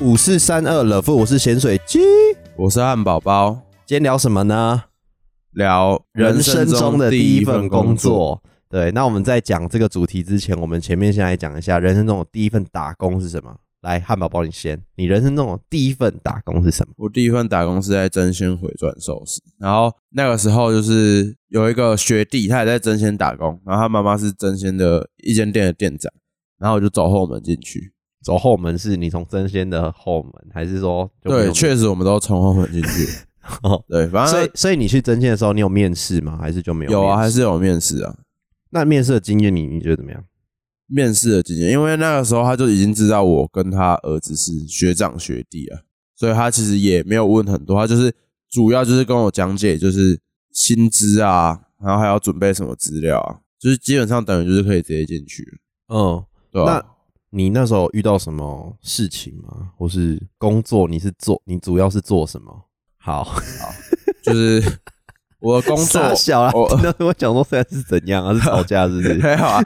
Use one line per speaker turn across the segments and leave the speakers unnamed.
五四三二乐富，我是咸水鸡。
我是汉堡包，
今天聊什么呢？
聊
人生中的第一份工
作。
作。对，那我们在讲这个主题之前，我们前面先来讲一下人生中的第一份打工是什么。来，汉堡包，你先，你人生中的第一份打工是什么？
我第一份打工是在真鲜回转寿司，然后那个时候就是有一个学弟，他也在真鲜打工，然后他妈妈是真鲜的一间店的店长，然后我就走后门进去。
走后门是你从真仙的后门，还是说就没有
对，确实我们都从后门进去。
哦
对，反
所
正
以所以你去真仙的时候，你有面试吗？还是就没有？
有啊，还。是有面试啊。
那面试的经验你你觉得怎么样？
面试的经验，因为那个时候他就已经知道我跟他儿子是学长学弟啊，所以他其实也没有问很多，他就是主要就是跟我讲解就是薪资啊，然后还要准备什么资料啊，就是基本上等于就是可以直接进去了，
嗯，
对吧、
那你那时候遇到什么事情吗？或是工作你是做你主要是做什 么？好，
就是我的工作
傻小啊
我，
那我讲说现在是怎样啊？是吵架是不是？
还好啊，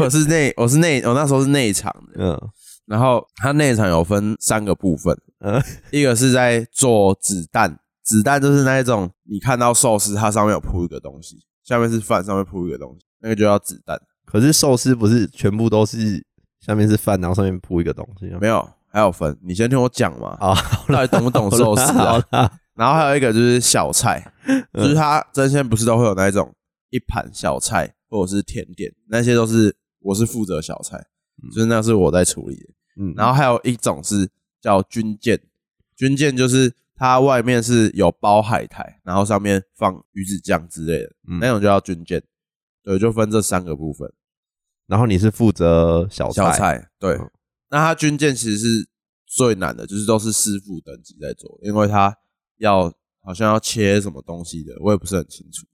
我是内我是内我那时候是内场的，
嗯
然后它内场有分三个部分，
嗯
一个是在做子弹，子弹就是那一种你看到寿司，它上面有铺一个东西，下面是饭，上面铺一个东西，那个就叫子弹。
可是寿司不是全部都是下面是饭，然后上面铺一个东西吗？
没有，还有分，你先听我讲嘛，
啊，
到底懂不懂寿司
好
啊？
啦 嗯
然后还有一个就是小菜，就是它真鲜不是都会有那一种一盘小菜或者是甜点，那些都是我是负责小菜，就是那是我在处理的。
嗯，
然后还有一种是叫军舰，军舰就是它外面是有包海苔，然后上面放鱼子酱之类的，
嗯
那种就叫军舰。对，就分这三个部分。
然后你是负责小
小
菜，
菜，对。
嗯
那它军舰其实是最难的，就是都是师傅等级在做，因为它要好像要切什么东西的，我也不是很清楚。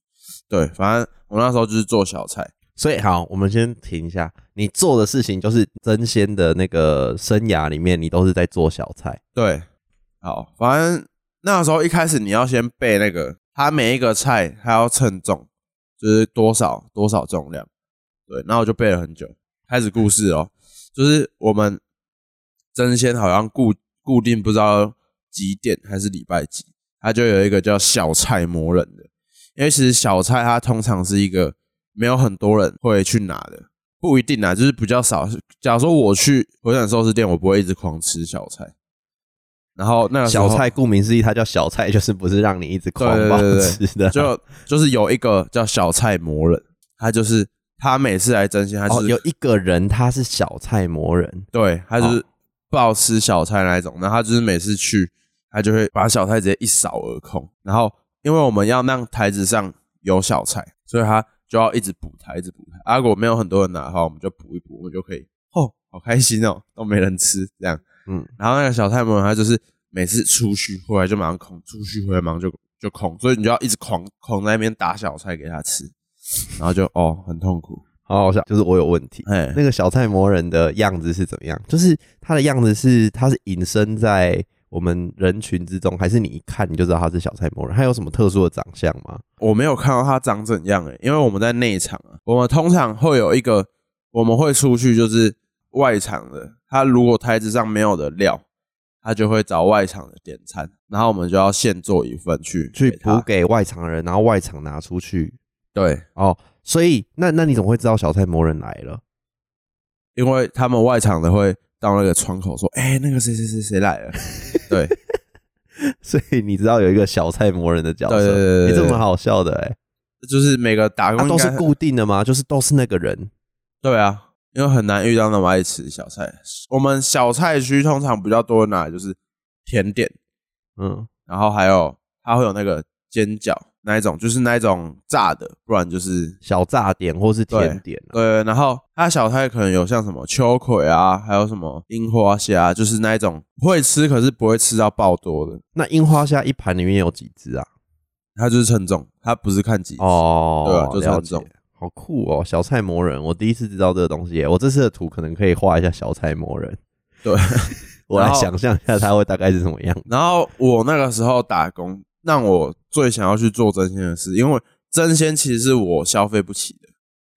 对，反正我那时候就是做小菜，
所以好，我们先停一下。你做的事情就是真鲜的那个生涯里面，你都是在做小菜。
对，好，反正那时候一开始你要先背那个，它每一个菜它要称重，就是多少多少重量。对，然后我就背了很久。开始故事哦，就是我们真鲜好像固固定不知道几点还是礼拜几，它就有一个叫小菜磨人的，因为其实小菜它通常是一个没有很多人会去拿的。不一定啊，就是比较少。假如说我去回转寿司店，我不会一直狂吃小菜。然后那个时候
小菜顾名思义，它叫小菜，就是不是让你一直狂
对对
暴
对对
吃的。
就就是有一个叫小菜魔人，他就是他每次来真心，他就
哦，
是、
有一个人他是小菜魔人，
对他就是不好吃小菜那一种，然后他就是每次去，他就会把小菜直接一扫而空。然后因为我们要让台子上有小菜，所以他就要一直补台，一直补台。啊，如果没有很多人拿的话，我们就补一补，我们就可以哦，好开心哦，都没人吃这样。
嗯，
然后那个小菜魔人他就是每次出去回来就马上空，出去回来马上就就空，所以你就要一直狂狂在那边打小菜给他吃，然后就哦很痛苦，
好好笑。就是我有问题，
哎，
那个小菜魔人的样子是怎么样？就是他的样子是他是隐身在我们人群之中，还是你一看你就知道他是小菜魔人？他有什么特殊的长相吗？
我没有看到他长怎样诶、欸因为我们在内场啊，我们通常会有一个，我们会出去就是外场的，他如果台子上没有的料，他就会找外场的点餐，然后我们就要现做一份去
去
给他
补给外场人，然后外场拿出去。
对，
哦，所以那那你怎么会知道小菜魔人来了？
因为他们外场的会到那个窗口说，哎、那个谁谁谁谁来了， 对，
所以你知道有一个小菜魔人的角色，
对对对对
你
对
这么好笑的哎、
就是每个打工
啊、
应
都是
该
固定的吗？就是都是那个人
对啊，因为很难遇到那么爱吃小菜，我们小菜区通常比较多拿的就是甜点。
嗯，
然后还有它会有那个煎饺那一种，就是那一种炸的，不然就是
小炸点或是甜点、啊，
对。然后它小菜可能有像什么秋葵啊，还有什么樱花虾，就是那一种会吃可是不会吃到爆多的，
那樱花虾一盘里面有几只啊？
它就是称重，它不是看几只。
哦，
对啊就是
了
很
解
重。
好酷哦，小菜魔人！我第一次知道这个东西耶，我这次的图可能可以画一下小菜魔人，
对。
我来
然后
想象一下它会大概是什么 样。
然后我那个时候打工，让我最想要去做真鲜的事，因为真鲜其实是我消费不起的。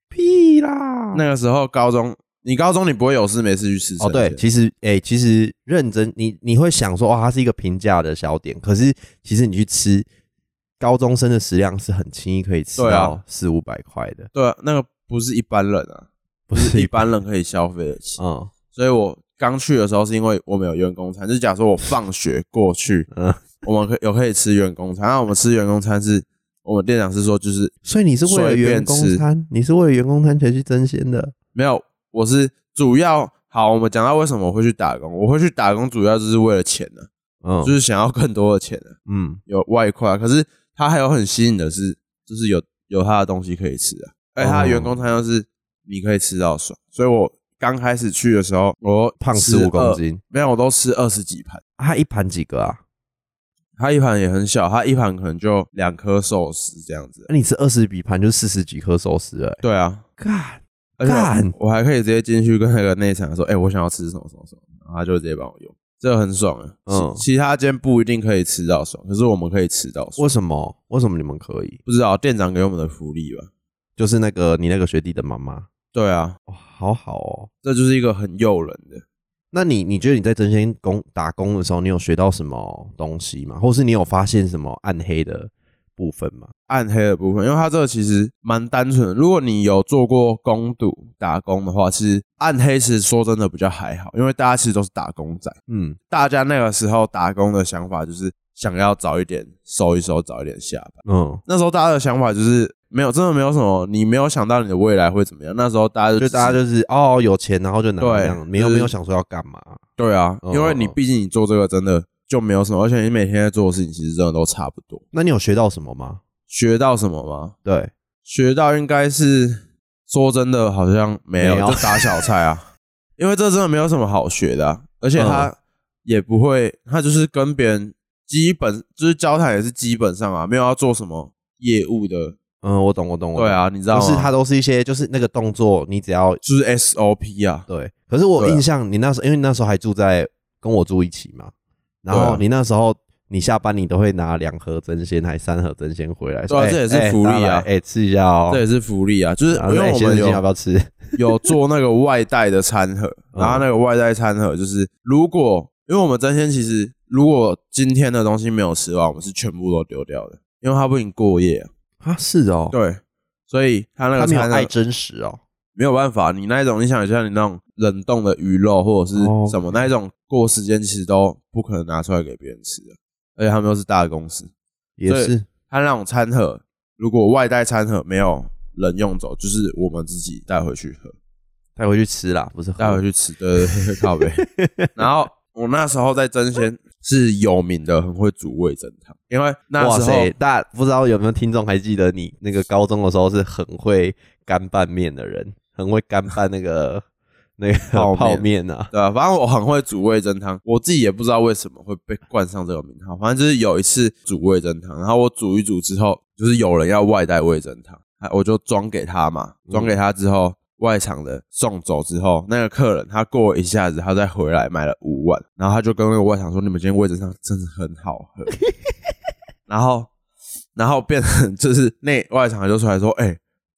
屁啦！
嗯那个时候高中，你高中你不会有事没事去吃
哦，对，其实诶、其实认真，你你会想说，哇，它是一个平价的小点，可是其实你去吃，高中生的食量是很轻易可以吃
对啊
到四五百块的，
对啊，那个不是一般人 啊，
不
不是
是
一般人可以消费得起。
嗯
所以我刚去的时候是因为我们有员工餐，就是假如说我放学过去，
嗯，
我们可有可以吃员工餐，那我们吃员工餐是我们店长是说就是
所以你是为了
随便
员工
吃
餐，你是为了员工餐才去争先的，
没有，我是主要好，我们讲到为什么我会去打工，我会去打工主要就是为了钱呢、
嗯，
就是想要更多的钱呢、
嗯，
有外快，啊可是它还有很吸引的是，就是有有它的东西可以吃啊，而且它
哦
的员工餐又是你可以吃到爽，所以我刚开始去的时候，我
胖
十
十五公，斤，
没有，我都吃二十几盘，
啊它一盘几个啊？
它一盘也很小，它一盘可能就两颗寿司这样子
那、，你吃二十几盘就四十几颗寿司了、欸，
对啊，
干，
而且
干
我还可以直接进去跟那个内场说，哎、我想要吃什么什么什么，然后他就直接帮我用，这个很爽啊。
嗯
嗯，其他间不一定可以吃到爽，可是我们可以吃到爽
为。什么？为什么你们可以？
不知道店长给我们的福利吧？
就是那个你那个学弟的妈妈，
对啊，
哇，好好哦。
这就是一个很诱人的。
那你你觉得你在真仙工打工的时候，你有学到什么东西吗？或是你有发现什么暗黑的部分吗？
暗黑的部分，因为它这个其实蛮单纯的。如果你有做过工读打工的话，其实暗黑其实说真的比较还好，因为大家其实都是打工仔，
嗯
大家那个时候打工的想法就是想要早一点收一收，早一点下班。
嗯，
那时候大家的想法就是没有，真的没有什么，你没有想到你的未来会怎么样。那时候大家就
就大家
就
就是哦有钱，然后就拿
对
这样，没有
就是
没有想说要干嘛。
对啊，
嗯
因为你毕竟你做这个真的就没有什么，而且你每天在做的事情其实真的都差不多。
那你有学到什么吗？
学到什么吗？
对，
学到应该是说真的，好像没有，
没有
就打小菜啊， 因为这真的没有什么好学的啊、而且他
嗯
也不会，他就是跟别人基本就是交谈也是基本上啊，没有要做什么业务的。
嗯，我懂我懂我懂。
对，啊，你知道
就
吗？
是它都是一些就是那个动作，你只要
就是 SOP 啊，
对。可是我
对啊
印象，你那时候因为你那时候还住在跟我住一起嘛，然后
对啊
你那时候你下班你都会拿两盒真鲜还三盒真鲜回来，说
对啊
哎
这也是
哎
福利
大家来
啊
哎吃一下哦，
这也是福利啊，就是
然后
因
说
为
哎
我
先
们
生要不
有
要吃？
有做那个外带的餐盒，
嗯
然后那个外带餐盒就是如果因为我们真鲜其实如果今天的东西没有吃完，我们是全部都丢掉的，因为它不仅过夜、啊，
啊，是哦，
对，所以它那
他
个
没有
餐
爱
盒
真实哦，
没有办法，你那一种你想一下，你那种冷冻的鱼肉或者是
哦
什么那一种过时间其实都不可能拿出来给别人吃的，而且他们又是大公司，
也是
他那种餐盒，如果外带餐盒没有人用走，就是我们自己带回去喝，
带回去吃啦，不是喝
带回去吃，对啊对对，靠 呗。然后我那时候在真鲜是有名的，很会煮味噌汤，因为那
哇
时候
塞，大家不知道有没有听众还记得你那个高中的时候是很会干拌面的人，很会干拌那个 那
泡
个
面
泡面啊，
对啊，反正我很会煮味噌汤，我自己也不知道为什么会被冠上这个名号。反正就是有一次煮味噌汤，然后我煮一煮之后，就是有人要外带味噌汤，啊我就装给他嘛，装给他之后，外场的送走之后，那个客人他过了一下子，他再回来买了五碗，然后他就跟那个外场说：“你们今天味噌汤真的很好喝。”然后，然后变成就是那外场就出来说：“哎、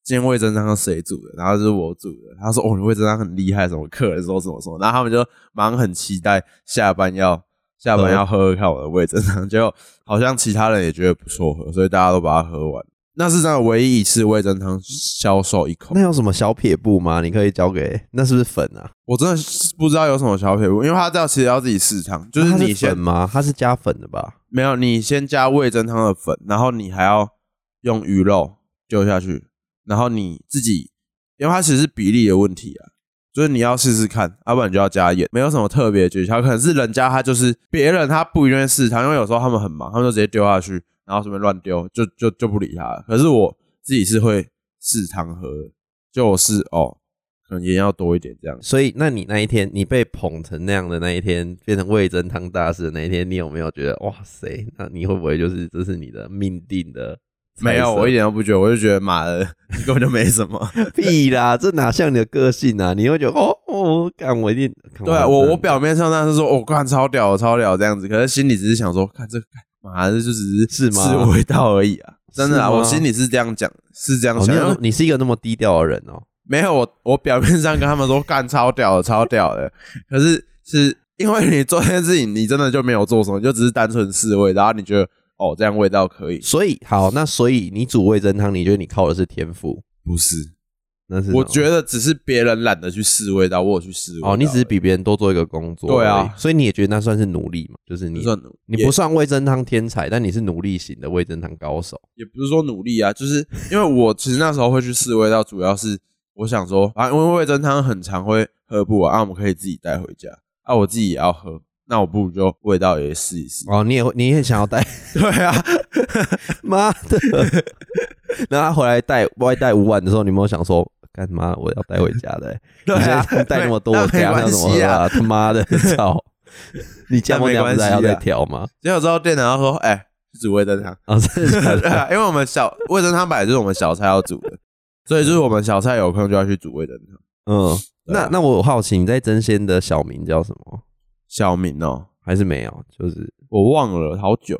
今天味噌汤是谁煮的？然后就是我煮的。他说：“哦，你味噌汤很厉害，什么客人说什么什么。”然后他们就忙很期待下班要下班要喝喝看我的味噌汤，结果好像其他人也觉得不错喝，所以大家都把它喝完。那是真的唯一一次味噌汤销售一口
那，有什么小撇步吗？你可以交给那是不是粉啊？
我真的是不知道有什么小撇步，因为它要其实要自己试汤，就
那
是
它
你先
哦粉吗？它是加粉的吧？
没有，你先加味噌汤的粉，然后你还要用鱼肉丢下去，然后你自己，因为它其实是比例的问题啊，就是你要试试看，要不然你就要加盐，没有什么特别的诀窍，可能是人家他就是别人他不一定试汤，因为有时候他们很忙，他们就直接丢下去，然后随便乱丢，就就就不理他了。可是我自己是会试汤喝的，就我是哦，可能盐要多一点这样，
所以，那你那一天你被捧成那样的那一天，变成味噌汤大师的那一天，你有没有觉得哇塞？那你会不会就是这是你的命定的菜色？
没有，我一点都不觉得，我就觉得妈的， 你根本就没什么。
屁啦，这哪像你的个性啊？你会觉得哦哦，干我一定干真
对啊
的
我，我表面上当然是说，我、哦、干超屌，超屌这样子，可是心里只是想说，看这干嘛，这就只
是吗
吃味道而已啊！真的啊，
是吗
我心里是这样讲，是这样
哦、你
想，
有
因
那
为
么你是一个那么低调的人哦，
没有我，我表面上跟他们说干超屌的，超屌的，可是是因为你做这件事情，你真的就没有做什么，你就只是单纯试味，然后你觉得哦这样味道可以，
所以好，那所以你煮味增汤，你觉得你靠的是天赋？
不是？
那是
我
得
觉得只是别人懒得去试味道，我有去啊试味道而已。
哦，你只是比别人多做一个工作，
对啊，
所以你也觉得那算是努力嘛？就是
不
你
算
你不算味增汤天才，但你是努力型的味增汤高手。
也不是说努力啊，就是因为我其实那时候会去试味道，主要是我想说啊，因为味增汤很常会喝不完，啊，我们可以自己带回家，啊，我自己也要喝，那我不如就味道也试一 试。
哦，你也会你也想要 带，
对啊，
妈的！然后他回来带外带五碗的时候，你有没有想说，干妈我要带回家的、欸？
对
你
啊
现在，带那么多，
那
我
没
家那
关
怎么
系
喝
啊。
啊？他妈 的，操！你加
那
盟
没
量不
关
是还
系
要再
啊
调吗？
结果之后店长就说，哎、去煮味增汤，
啊，真的假
对
的？
啊，因为我们小味增汤本来就是我们小菜要煮的，所以就是我们小菜有空就要去煮味增汤。
嗯，那
对啊
那我好奇，你在真仙的小名叫什么？
小明哦、
还是没有？就是
我忘了好久，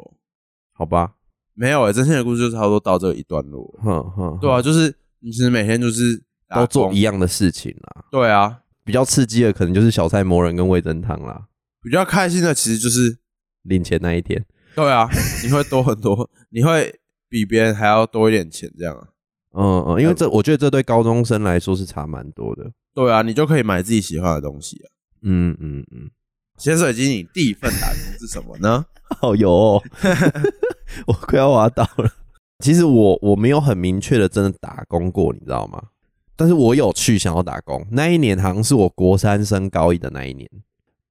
好吧，
没有哎、真心的故事就差不多到这一段落。
哼哼，
对啊，就是你其实每天就是打
都做
工
一样的事情啦。
对啊，
比较刺激的可能就是小菜魔人跟味增汤啦，
比较开心的其实就是
领钱那一天。
对啊， 你会多很多，你会比别人还要多一点钱这样啊。
嗯嗯，因为这我觉得这对高中生来说是差蛮多的。
对啊，你就可以买自己喜欢的东西啊。
嗯嗯嗯。
咸水鸡，你第一份打工是什么呢？
哦，有 哦，我快要滑倒了。其实我我没有很明确的真的打工过，你知道吗？但是我有去想要打工，那一年好像是我国三升高一的那一年，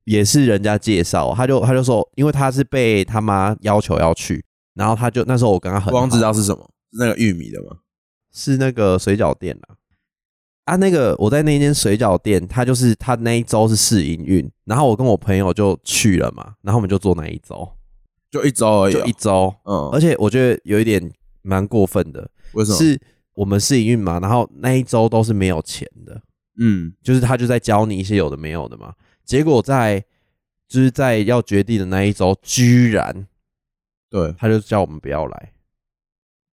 也是人家介绍，他就他就说，因为他是被他妈要求要去，然后他就那时候我跟他很好
光知道是什么，是那个玉米的吗？
是那个水饺店啦。啊，那个我在那间水饺店，他就是他那一周是试营运，然后我跟我朋友就去了嘛，然后我们就做那一周，
就一周而已
就
哦、
一周，而
嗯，
且我觉得有一点蛮过分的，
为什么？
是我们试营运嘛，然后那一周都是没有钱的，
嗯，
就是他就在教你一些有的没有的嘛。结果在就是在要决定的那一周，居然
对，
他就叫我们不要来。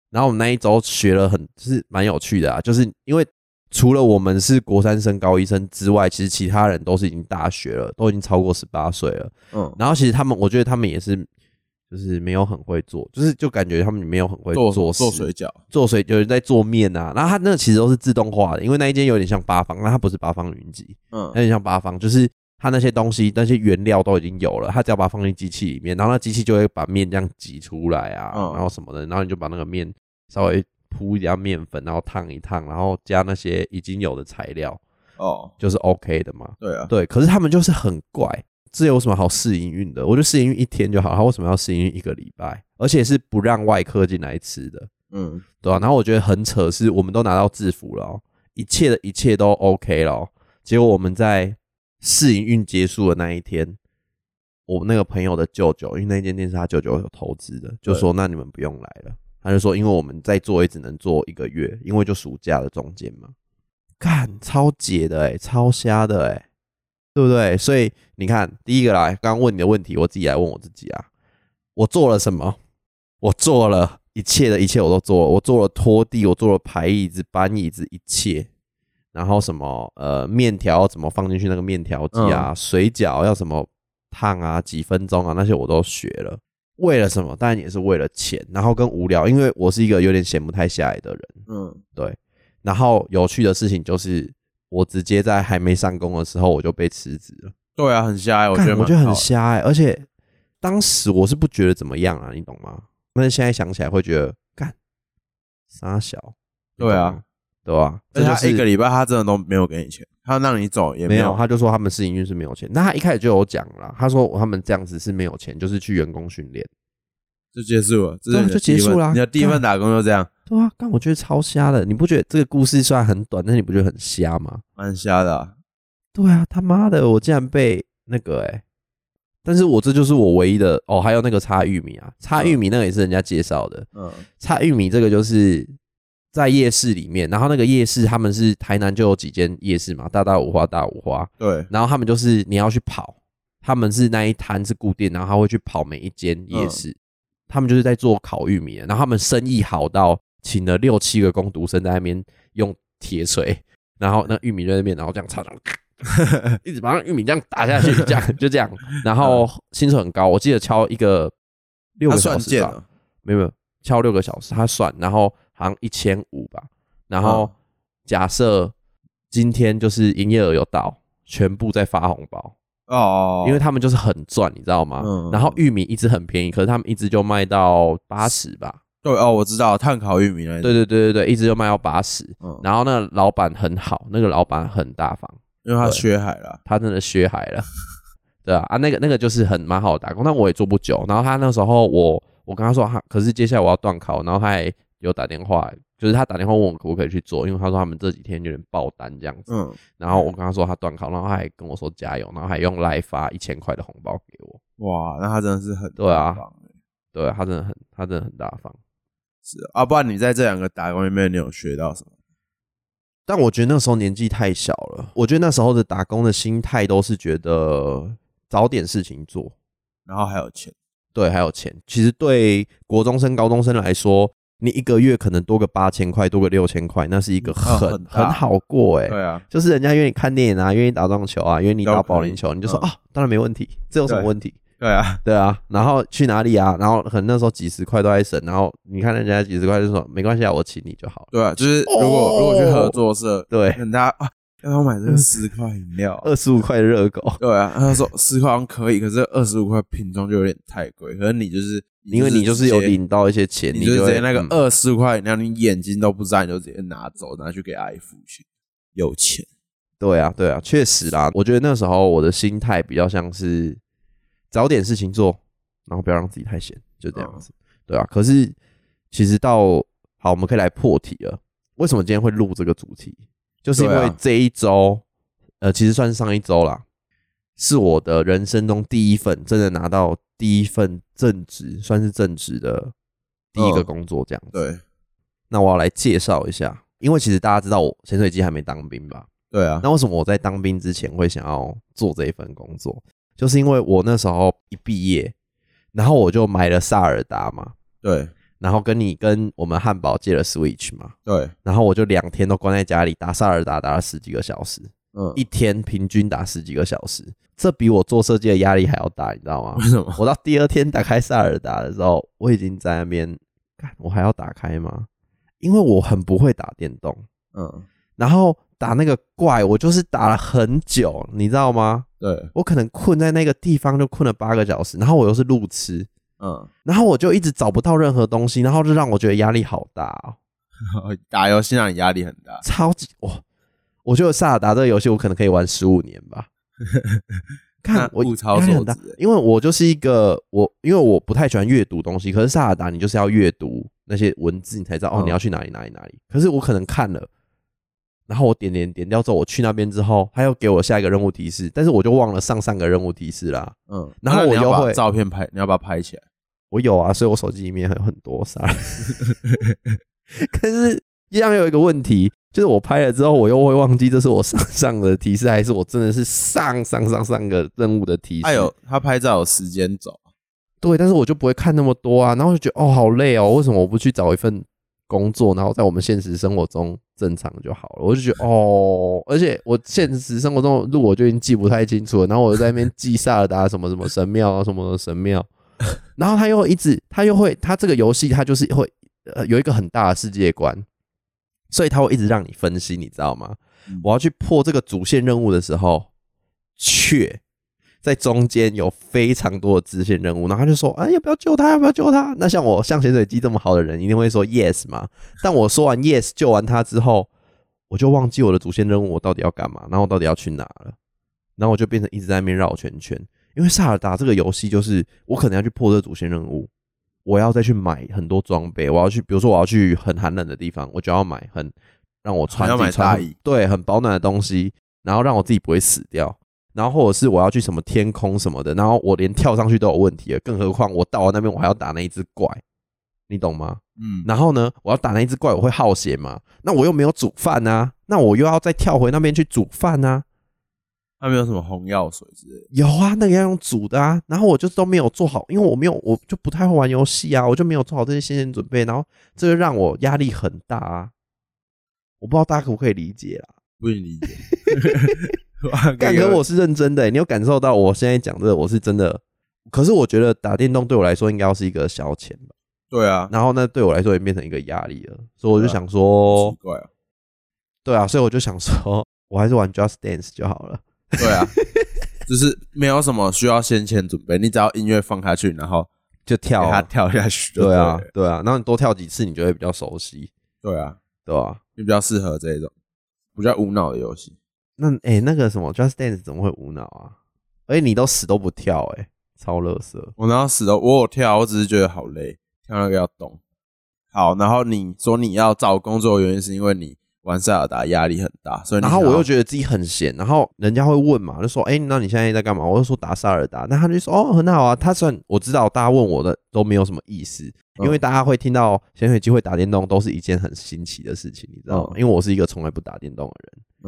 然后我们那一周学了很，就是蛮有趣的啊，就是因为除了我们是国三生、高一生之外，其实其他人都是已经大学了，都已经超过十八岁了。
嗯，
然后其实他们，我觉得他们也是，就是没有很会做，就是就感觉他们没有很会
做
做
做
事
水饺，
做水，有人在做面啊。然后它那个其实都是自动化的，因为那一间有点像八方，那它不是八方云集，
嗯
有，点像八方，就是它那些东西那些原料都已经有了，它只要把它放进机器里面，然后那机器就会把面这样挤出来啊，
嗯
然后什么的，然后你就把那个面稍微铺一点面粉，然后烫一烫，然后加那些已经有的材料，
哦，
就是 OK 的嘛。
对啊，
对，可是他们就是很怪，这有什么好试营运的？我就试营运一天就好，他为什么要试营运一个礼拜？而且是不让外科进来吃的，
嗯，
对吧、然后我觉得很扯，是我们都拿到制服了哦、一切的一切都 OK 了哦、结果我们在试营运结束的那一天，我那个朋友的舅舅，因为那间店是他舅舅有投资的，就
对
说那你们不用来了。他就说，因为我们在做也只能做一个月，因为就暑假的中间嘛。干，超解的哎、超瞎的哎、对不对？所以你看，第一个来，刚刚问你的问题，我自己来问我自己啊，我做了什么？我做了一切的一切，我都做了，我做了拖地，我做了排椅子、搬椅子，一切。然后什么呃，面条怎么放进去那个面条机啊，水饺要怎么烫啊，几分钟啊，那些我都学了。为了什么？当然也是为了钱，然后跟无聊，因为我是一个有点闲不太下来的人。
嗯，
然后有趣的事情就是，我直接在还没上工的时候我就被辞职了。
对啊，很瞎、欸，我觉得
干我
蛮
觉得
好
很
的，
瞎哎、而且当时我是不觉得怎么样啊，你懂吗？但是现在想起来会觉得干傻小，你
对啊
懂吗，对吧？
而
这
且
就
他
是
一个礼拜他真的都没有给你钱，他让你走也
没
有
有，，他就说他们试营运是没有钱。那他一开始就有讲啦，他说他们这样子是没有钱，就是去员工训练，
就结束了，这
对啊
是你
就
的
结
第一份
束啦
你的第一份
干
打工就这样，
对啊，但我觉得超瞎的。你不觉得这个故事虽然很短，但你不觉得很瞎吗？
蛮瞎的、啊。
对啊，他妈的，我竟然被那个哎、但是我这就是我唯一的哦，还有那个擦玉米啊，擦玉米那个也是人家介绍的，
嗯
擦玉米这个就是在夜市里面，然后那个夜市他们是台南就有几间夜市嘛，大大五花大五花，，
对，
然后他们就是你要去跑，他们是那一摊是固定，然后他会去跑每一间夜
嗯
市，他们就是在做烤玉米的，然后他们生意好到请了六七个工读生在那边用铁锤 然后那玉米就在那边，然后这样插上， 一直把那玉米这样打下去，这样就这样。然后薪水很高，我记得敲一个六
嗯他
个小
算啊
时
贱
吧，
了，
没有没有，敲六个小时，他算，然后好像一千五吧。然后
嗯
假设今天就是营业额有到，全部在发红包，
哦，
因为他们就是很赚，你知道吗？
嗯
然后玉米一直很便宜，可是他们一直就卖到八十吧。
对哦，我知道碳烤玉米那一
对
种，
对对对对，一直就卖到八十。
嗯，
然后那个老板很好，那个老板很大方，
因为它
对
缺海了，
他真的学海了。 对啊，啊那个那个就是很蛮好的打工，但我也做不久。然后他那时候我我跟他说，哈，可是接下来我要断考，然后他还有打电话，就是他打电话问我可不可以去做，因为他说他们这几天有点爆单这样子。
嗯，
然后我跟他说他断考，然后他还跟我说加油，然后还用来发一千块的红包给我。
哇，那他真的是很
对啊
大方
对啊、他真的很他真的很大方。
是啊，不然你在这两个打工里面，你有学到什么？
但我觉得那时候年纪太小了，我觉得那时候的打工的心态都是觉得找点事情做，
然后还有钱，
对，还有钱。其实对国中生、高中生来说，你一个月可能多个八千块，多个六千块，那是一个很、
嗯很大
很好过哎、
对啊，
就是人家约你看电影啊，约你打撞球啊，约你
都
打
可以
保龄球，你就说
嗯
啊、当然没问题，这有什么
对
问题？
对啊，
对啊，然后去哪里啊？然后可能那时候几十块都在省，然后你看人家几十块就说没关系啊，我请你就好了。
对啊，就是
哦
如果如果去合作社，
对，
很大啊，要不要买这个十块饮料啊？
二十五块的热狗，
对啊，他说十块好像可以，可是二十五块品种就有点太贵。可是你就是
因为你就是有
直接
领到一些钱，
你就
就
是直
会
接那个
嗯
二十块饮料，你眼睛都不眨，你就直接拿走，拿去给阿姨付钱。有钱，
对啊，对啊，确实啦。我觉得那时候我的心态比较像是找点事情做，然后不要让自己太闲，就这
嗯
样子。对啊，可是其实到好，我们可以来破题了。为什么今天会录这个主题？就是因
对
为
啊
这一周，呃，其实算是上一周啦，是我的人生中第一份真的拿到第一份正职，算是正职的第一个
嗯
工作这样子。
对
那我要来介绍一下，因为其实大家知道我潜水机还没当兵吧？
对啊，
那为什么我在当兵之前会想要做这一份工作？就是因为我那时候一毕业，然后我就买了萨尔达嘛，
对
然后跟你跟我们汉堡借了 Switch 嘛，
对，
然后我就两天都关在家里打萨尔达，打了十几个小时，
嗯，
一天平均打十几个小时，这比我做设计的压力还要大，你知道吗
为？什么？
我到第二天打开萨尔达的时候，我已经在那边，干我还要打开吗？因为我很不会打电动。
嗯，
然后打那个怪，我就是打了很久，你知道吗？
对，
我可能困在那个地方就困了八个小时，然后我又是路痴，
嗯，
然后我就一直找不到任何东西，然后就让我觉得压力好大哦，
打游戏让你压力很大，
超级哇！我觉得萨尔达这个游戏我可能可以玩十五年吧。看
那
我
物超
压力
所
很大
值欸
因为我就是一个我，因为我不太喜欢阅读东西，可是萨尔达你就是要阅读那些文字，你才知道哦
嗯
你要去哪里哪里哪里。可是我可能看了，然后我点点点掉之后，我去那边之后，他又给我下一个任务提示，但是我就忘了上上个任务提示啦。
嗯，
然后
那
我
你要
又
把
会
照片拍，你要把它拍起来，
我有啊，所以我手机里面还有很多萨 尔。可是一样有一个问题，就是我拍了之后，我又会忘记这是我上上的提示，还是我真的是上上上上个任务的提示。
哎呦，他拍照有时间啊走，
对，但是我就不会看那么多啊，然后就觉得哦好累哦，为什么我不去找一份工作，然后在我们现实生活中正常就好了？我就觉得哦，而且我现实生活中的路我就已经记不太清楚了，然后我就在那边记萨尔达什么什么神庙啊，什么神庙，然后他又一直他又会他这个游戏他就是会呃有一个很大的世界观，所以他会一直让你分析，你知道吗
嗯？
我要去破这个主线任务的时候，却在中间有非常多的支线任务，然后他就说：“哎，要不要救他？要不要救他？”那像我像潜水机这么好的人，一定会说 yes 嘛。但我说完 yes 救完他之后，我就忘记我的主线任务我到底要干嘛，然后我到底要去哪了，然后我就变成一直在那边绕圈圈。因为萨尔达这个游戏就是我可能要去破这个主线任务，我要再去买很多装备，我要去，比如说我要去很寒冷的地方，我就要买很让我穿
还要
自己
买
穿
大
很
衣
对，很保暖的东西，然后让我自己不会死掉。然后或者是我要去什么天空什么的，然后我连跳上去都有问题了，更何况我到了那边我还要打那一只怪，你懂吗？
嗯，
然后呢，我要打那一只怪，我会耗血嘛？那我又没有煮饭啊，那我又要再跳回那边去煮饭啊。
他没有什么红药水之类的，
有啊，那个要用煮的啊。然后我就是都没有做好，因为我没有，我就不太会玩游戏啊，我就没有做好这些先前准备，然后这个让我压力很大啊。我不知道大家可不可以理解啦。
不能理解。
干，可我是认真的欸，你有感受到我现在讲这个，我是真的。可是我觉得打电动对我来说应该要是一个消遣吧，
对啊，
然后呢，对我来说也变成一个压力了，所以我就
对啊
想说
奇，怪啊，
对啊，所以我就想说，我还是玩 Just Dance 就好了。
对 啊，就是没有什么需要先前准备，你只要音乐放下去，然后
就
给
跳
它
啊，
跳下去就
对
了
啊，，对啊，然后你多跳几次，你就会比较熟悉，
对啊，
对吧、
你比较适合这种比较无脑的游戏。
那哎、欸那个什么 Just Dance 怎么会无脑啊？而且你都死都不跳、欸，哎，超乐色。
我然后死了，我有跳，我只是觉得好累，跳那个要动。好，然后你说你要找工作的原因是因为你玩塞尔达压力很大，所以你
然后
想
我
要
又觉得自己很闲，然后人家会问嘛，就说：“哎、那你现在在干嘛？”我就说打萨尔达，那他就说：“哦，很好啊。”他虽然我知道大家问我的都没有什么意思，
嗯
因为大家会听到潜水机会打电动都是一件很新奇的事情，你知道吗？
嗯
因为我是一个从来不打电动的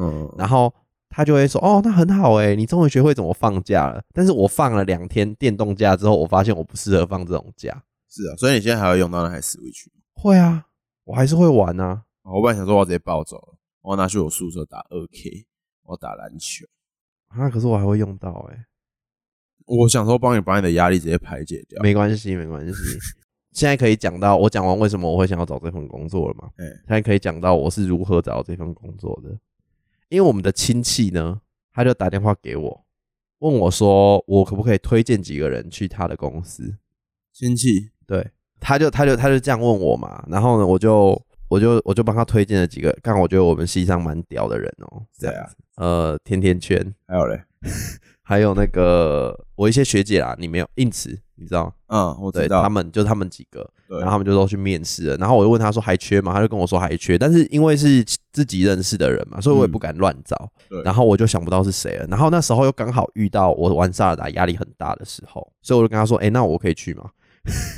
人，
嗯，
然后他就会说：“哦，那很好哎、你终于学会怎么放假了。”但是我放了两天电动假之后，我发现我不适合放这种假。
是啊，所以你现在还要用到那台 Switch 吗。
会啊，我还是会玩啊。
哦我本来想说我要直接暴走了，我要拿去我宿舍打二 K，我要打篮球。
啊，可是我还会用到哎、
我想说帮你把你的压力直接排解掉。
没关系，没关系。现在可以讲到我讲完为什么我会想要找这份工作了嘛？
嗯
现在可以讲到我是如何找到这份工作的。因为我们的亲戚呢，他就打电话给我，问我说我可不可以推荐几个人去他的公司。
亲戚，
对，他就他就他就这样问我嘛，然后呢，我就我就我就帮他推荐了几个，刚我觉得我们系上蛮屌的人哦、这
谁
样
啊
子，呃，甜甜圈，
还有嘞，
还有那个我一些学姐啦，你没有硬词，你知道吗？
嗯，我
对
知道，
他们就他们几个，
对
然后他们就都去面试了。然后我就问他说还缺吗？他就跟我说还缺，但是因为是自己认识的人嘛，所以我也不敢乱找。
嗯对
然后我就想不到是谁了。然后那时候又刚好遇到我玩萨尔达压力很大的时候，所以我就跟他说：“哎、那我可以去吗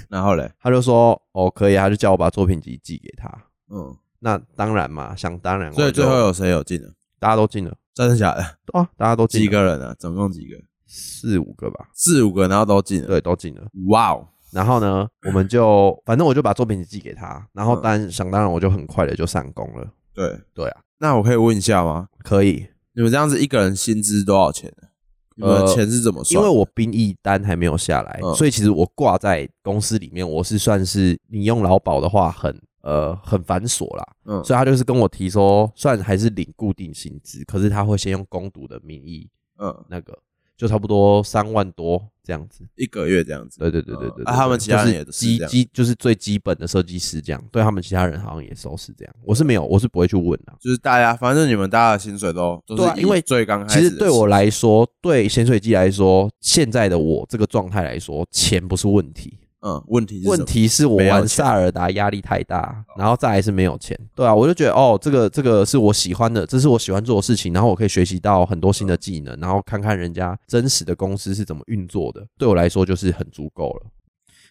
然后嘞，？”
他就说：“哦，可以啊。”他就叫我把作品集寄给他。
嗯，
那当然嘛，想当然，
所
我
以
就
最后有谁有进啊呢？
大家都进了，
真的 假的？
对啊，大家都进了
几个人啊？总共几个？
四五个吧，
四五个，然后都进了。
对，都进了。
哇哦，
然后呢，我们就反正我就把作品集寄给他，然后
嗯
当然想当然我就很快的就上工了。
对，
对啊，
那我可以问一下吗？
可以，
你们这样子一个人薪资多少钱呢？你们的
呃
钱是怎么算
因
的？
为我兵役单还没有下来，
嗯
所以其实我挂在公司里面，我是算是你用劳保的话很呃很繁琐啦，
嗯
所以他就是跟我提说，算还是领固定薪资，可是他会先用公读的名义
嗯，
那个。就差不多三万多这样子，
一个月这样子。
对对对对
嗯
对。
啊
对
他们其他人也
就是是基
这样
基就是最基本的设计师这样，对他们其他人好像也都是这样。我是没有，我是不会去问啊的。
就是大家，反正你们大家的薪水都都
对啊
是以
因为
最刚开
其
始
实
的
对我来说，对咸水鸡来说，现在的我这个状态来说，钱不是问题，
嗯，问题是什么
问题是我
没有
玩
钱
萨尔达压力太大，然后再来是没有钱。对啊，我就觉得哦，这个这个是我喜欢的，这是我喜欢做的事情，然后我可以学习到很多新的技能，然后看看人家真实的公司是怎么运作的，对我来说就是很足够了。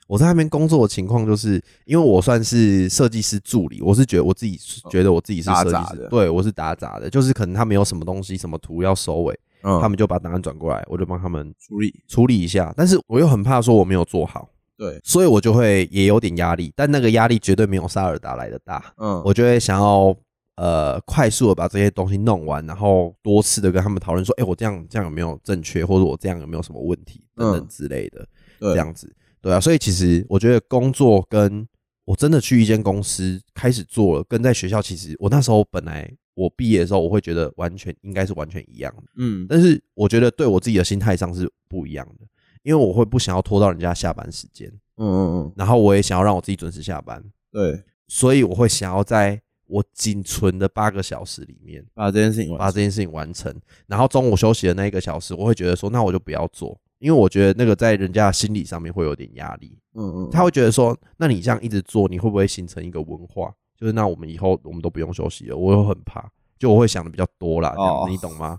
我在那边工作的情况，就是因为我算是设计师助理，我是觉得我自己是觉得我自己是
打
设计
杂
师
的，
对我是打杂的，就是可能他没有什么东西、什么图要收尾，
嗯
他们就把档案转过来，我就帮他们
处理
处理一下，但是我又很怕说我没有做好，
对，
所以我就会也有点压力，但那个压力绝对没有萨尔达来的大，
嗯，
我就会想要呃快速的把这些东西弄完，然后多次的跟他们讨论说，哎、我这样这样有没有正确，或者我这样有没有什么问题等等
嗯
之类的，
对
这样子，对啊，所以其实我觉得工作跟我真的去一间公司开始做了，跟在学校其实我那时候本来我毕业的时候，我会觉得完全应该是完全一样的。
嗯
但是我觉得对我自己的心态上是不一样的，因为我会不想要拖到人家下班时间，
嗯嗯嗯，
然后我也想要让我自己准时下班，
对，
所以我会想要在我仅存的八个小时里面
把这件事情
把
完成。
这件事情完成，然后中午休息的那一个小时，我会觉得说，那我就不要做。因为我觉得那个在人家的心理上面会有点压力，
嗯嗯，
他会觉得说，那你这样一直做，你会不会形成一个文化？就是那我们以后我们都不用休息了，我会很怕，就我会想的比较多啦，这样
哦
子你懂吗？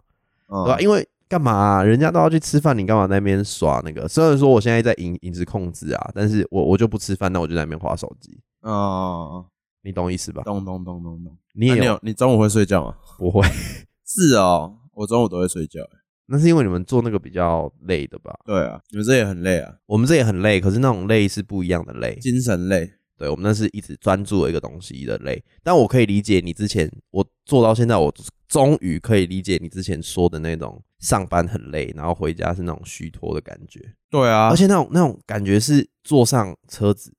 嗯
对吧、因为干嘛啊、人家都要去吃饭，你干嘛在那边耍那个？虽然说我现在在饮饮食控制啊，但是我我就不吃饭，那我就在那边划手机，
哦，
你懂意思吧？
咚咚咚咚咚。
你
那
也
你
有、
有你中午会睡觉吗？
不会？
是哦，我中午都会睡觉。欸
那是因为你们做那个比较累的吧？
对啊，你们这也很累啊，
我们这也很累，可是那种累是不一样的累。
精神累。
对我们那是一直专注的一个东西的类。但我可以理解你之前，我做到现在，我终于可以理解你之前说的那种上班很累，然后回家是那种虚脱的感觉，
对啊，
而且那种那种感觉是坐上车子，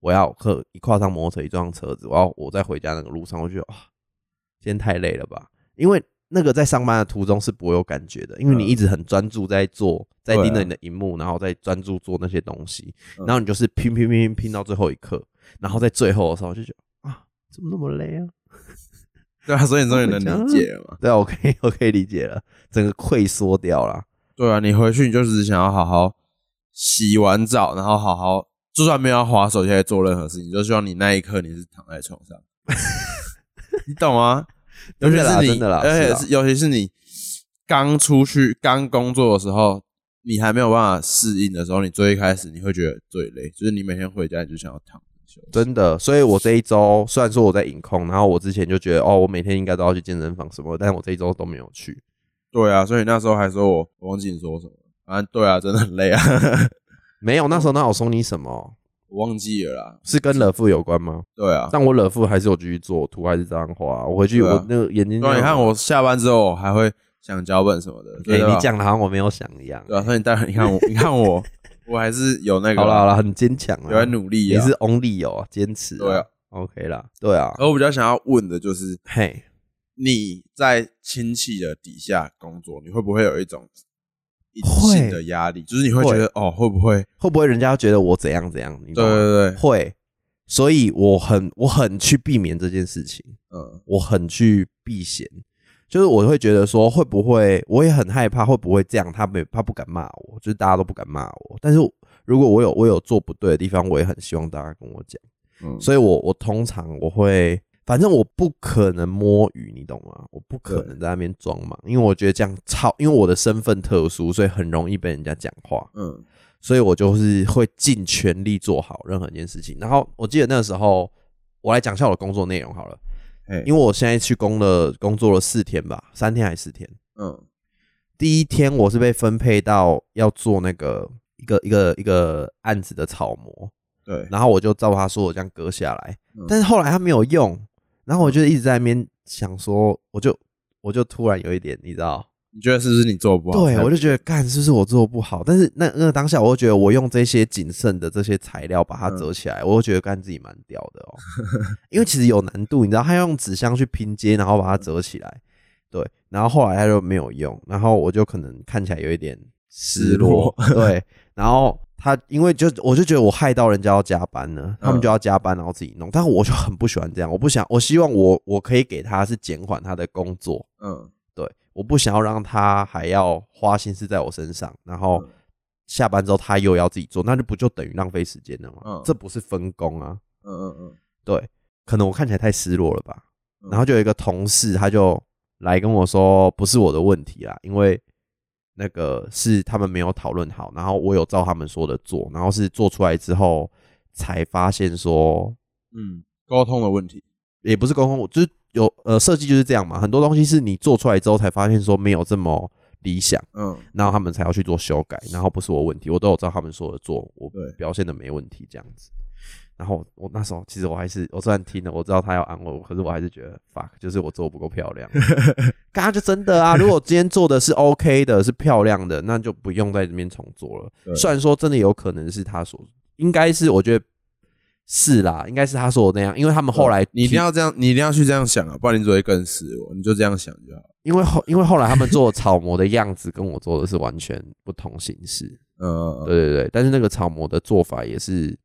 我要和一跨上摩托车，一坐上车子，我要我在回家那个路上，我就觉得哇，今天太累了吧？因为那个在上班的途中是不会有感觉的，因为你
嗯
一直很专注在做，在盯
对
着
啊
你的荧幕，然后再专注做那些东西，
嗯
然后你就是拼拼拼拼拼到最后一刻，然后在最后的时候就觉得啊，怎么那么累啊？
对啊，所以你终于能理解了嘛？
对啊，我可以我可以理解了，整个溃缩掉了。
对啊，你回去你就只是想要好好洗完澡，然后好好，就算没有要滑手机来做任何事情，就希望你那一刻你是躺在床上，你懂吗？尤
真
其
的啦
是你，
真的啦
而
是
且
啦
是尤其是你刚出去、刚工作的时候，你还没有办法适应的时候，你最一开始你会觉得最累，就是你每天回家你就想要躺着休息。
真的，所以我这一周虽然说我在隐控，然后我之前就觉得哦，我每天应该都要去健身房什么的，但我这一周都没有去。
对啊，所以那时候还说我，我忘记你说什么了，反正对啊，真的很累啊，
没有，那时候那我送你什么？
我忘记了啦。
是跟乐富有关吗？
对啊，
但我乐富还是有继续做，图还是这样画。我回去、
对啊
我那个眼睛就，
对啊，你看我下班之后还会想脚本什么的。
哎、
对吧
你讲的好像我没有想一样。
对啊，所以你当然你 看我，你看我，我还是有那个
好了好了，很坚强啊，
有在努力
也
啊。
是 only 有啊坚持、
对啊
，OK 啦，对啊，
而我比较想要问的就是，
嘿，
你在亲戚的底下工作，你会不会有一种隐性的压力？就是你会觉得哦，会不会？
会不会人家觉得我怎样怎样？你懂
对
吗
对对，
会，所以我很我很去避免这件事情。
嗯，
我很去避嫌，就是我会觉得说会不会，我也很害怕会不会这样，他没他不敢骂我，就是大家都不敢骂我。但是如果我有我有做不对的地方，我也很希望大家跟我讲。
嗯
所以我我通常我会，反正我不可能摸鱼，你懂吗？我不可
对
能在那边装忙，因为我觉得这样超，因为我的身份特殊，所以很容易被人家讲话。
嗯
所以我就是会尽全力做好任何一件事情。然后我记得那时候，我来讲一下我的工作内容好了。
嘿
因为我现在去工了，工作了四天吧，三天还是四天。
嗯
第一天我是被分配到要做那个一个一个一个案子的草模，
对，
然后我就照他说我这样割下来
嗯，
但是后来他没有用，然后我就一直在那边想说，我就我就突然有一点，你知道，
你觉得是不是你做不好？
对我就觉得干是不是我做不好？但是那那个当下，我就觉得我用这些谨慎的这些材料把它
嗯
折起来，我就觉得干自己蛮屌的哦，因为其实有难度，你知道，他要用纸箱去拼接，然后把它折起来，对，然后后来他就没有用，然后我就可能看起来有一点失落，对，然后。他因为就我就觉得我害到人家要加班了，
嗯
他们就要加班，然后自己弄。但我就很不喜欢这样，我不想，我希望我我可以给他是减缓他的工作，
嗯
对，我不想要让他还要花心思在我身上，然后
嗯
下班之后他又要自己做，那就不就等于浪费时间了吗？
嗯
这不是分工啊。
嗯嗯嗯，
对，可能我看起来太失落了吧。
嗯
然后就有一个同事，他就来跟我说，不是我的问题啦，因为那个是他们没有讨论好，然后我有照他们说的做，然后是做出来之后才发现说
嗯，沟通的问题。
也不是沟通，就是有呃设计就是这样嘛，很多东西是你做出来之后才发现说没有这么理想，
嗯，
然后他们才要去做修改，然后不是我问题，我都有照他们说的做，我
对
表现的没问题这样子。然后我我那时候其实我还是我虽然听了，我知道他要安慰我，可是我还是觉得 fuck，就是我做得不够漂 亮。刚刚就真的啊，如果今天做的是 OK 的，是漂亮的，那就不用在这边重做了。
对
虽然说真的有可能是他所，应该是我觉得是啦，应该是他说的那样，因为他们后来
你一
提
定要这样，你一定要去这样想啊，不然你只会更失落。你就这样想就好。
因为后因为后来他们做草模的样子跟我做的是完全不同形式，
嗯嗯，嗯
对对对，但是那个草模的做法也是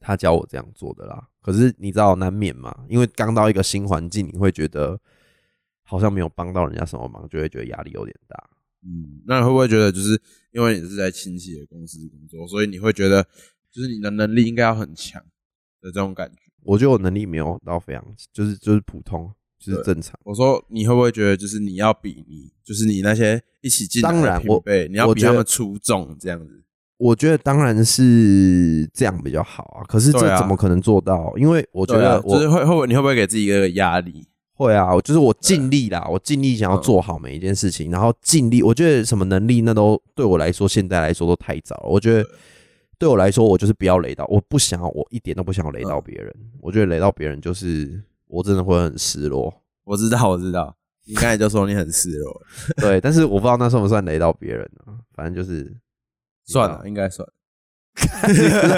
他教我这样做的啦。可是你知道难免嘛，因为刚到一个新环境，你会觉得好像没有帮到人家什么忙，就会觉得压力有点大。
嗯，那你会不会觉得，就是因为你是在亲戚的公司工作，所以你会觉得，就是你的能力应该要很强的这种感觉？
我觉得我能力没有到非常，就是就是普通，就是
对
正常。
我说你会不会觉得，就是你要比你，就是你那些一起进来
当然
的平辈，你要
我
比
觉
他
得
们出众这样子？
我觉得当然是这样比较好啊，可是
对
这
啊
怎么可能做到？因为我
我
觉得我、
啊就是会会不会你会不会给自己一个压力？
会啊，我就是我尽力啦，我尽力想要做好每一件事情，然后尽力。我觉得什么能力那都对我来说，现在来说都太早了。我觉得对我来说，我就是不要雷到，我不想要，我一点都不想要雷到别人。我觉得雷到别人就是我真的会很失落。
我知道，我知道，你刚才就说你很失落，
对，但是我不知道那算不算雷到别人啊？反正就是
算了，应该算。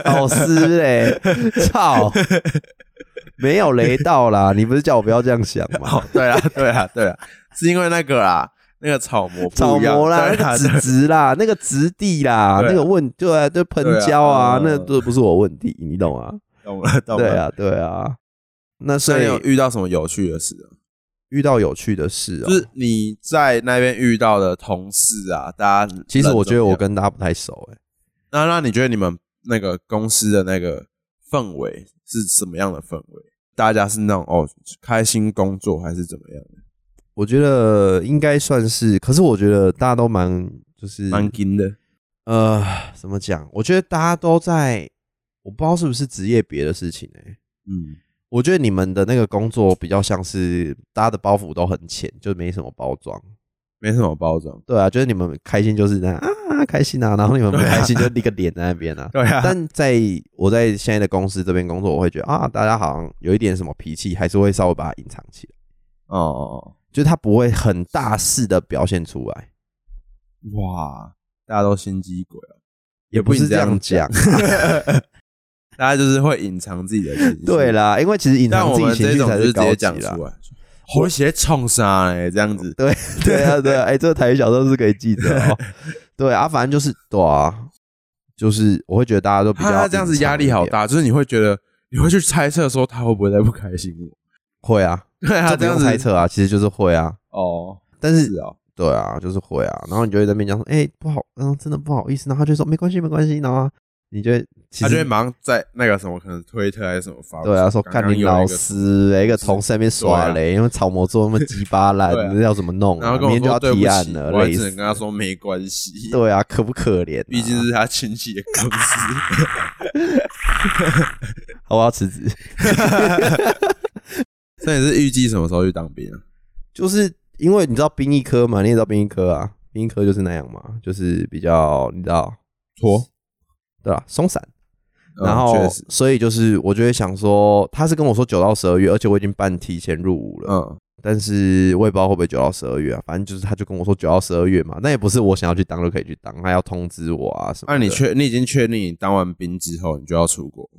老师哎、操，没有雷到啦！你不是叫我不要这样想吗？
哦，对 啦，对啦，对啦，是因为那个啦，那个草模不
草
一样啊
模啦，
对
那
啦
个纸质啦，那个质地啦，
对啊
那个问对啊，对喷
对啊
胶啊，
嗯
那都不是我问题，你懂啊？
懂了，懂了。
对，啊，对啊。那所
所
以
以你有遇到什么有趣的事啊？
遇到有趣的事啊
就，是你在那边遇到的同事啊，大家
其实我觉得我
人怎
跟
么样
大家不太熟哎、
那那你觉得你们那个公司的那个氛围是什么样的氛围？大家是那种哦开心工作还是怎么样的？
我觉得应该算是，可是我觉得大家都蛮就是
蛮金的，
呃怎么讲？我觉得大家都在，我不知道是不是职业别的事情哎、
嗯，
我觉得你们的那个工作比较像是大家的包袱都很浅，就没什么包装。
没什么包装。
对啊，就是你们开心就是那样啊开心 啊，然后你们不开心就立个脸在那边啊。
对啊，
但在我在现在的公司这边工作，我会觉得啊，大家好像有一点什么脾气，还是会稍微把它隐藏起来，
哦哦，
就是他不会很大肆的表现出来，
哦哇，大家都心机鬼哦，
也不是
这
这样讲
讲。， 大家就是会隐藏自己的情绪。
对，啦，因为其实隐
但
藏
我
自己
们
情
这
绪
种
才
就直
高
接
级
讲
啦
出。来，回血冲杀哎，这样子。
对 对啊，对啊，哎、这个台语小说是可以记得 哦。对啊，反正就是对啊，就是我会觉得大家都比较
他啊这样子压力好
隐藏一点，
大，就是你会觉得你会去猜测说他会不会在不开心 我。
会啊，
对啊，
这
这
不
样
用
子
猜测啊，其实就是会啊，
哦，
但是
是哦，
对啊，就是会啊，然后你就会在那边讲说，哎、不好，嗯，真的不好意思，然后他就说没关系，没关系，然后啊你就会其
他就会
实
马上在那个什么，可能推特还是什么发布。
对啊，说
刚
干
刚
你
有那
老
个，
师，哎一个同事在那边耍雷，因为草模做那么鸡巴烂，
啊 对啊
那要怎么弄
然
啊？
后跟
明
我
天就
说
要
对不
提案
起，
了，
我还
累
只
死
能。跟他说没关系，
对啊，可不可怜、啊？
毕竟是他亲戚的公司。
好我要辞职。
所以你是预计什么时候去当兵啊？
就是因为你知道兵役科嘛，你也知道兵役科啊，兵役科就是那样嘛，就是比较你知道
拖，
对吧，松散。
嗯
然后
确实，
所以就是我就会想说，他是跟我说九到十二月，而且我已经办提前入伍了，
嗯，
但是我也不知道会不会九到十二月啊，反正就是他就跟我说九到十二月嘛，那也不是我想要去当就可以去当，他要通知我啊什么
那
的。
你确你已经确定你当完兵之后你就要出国，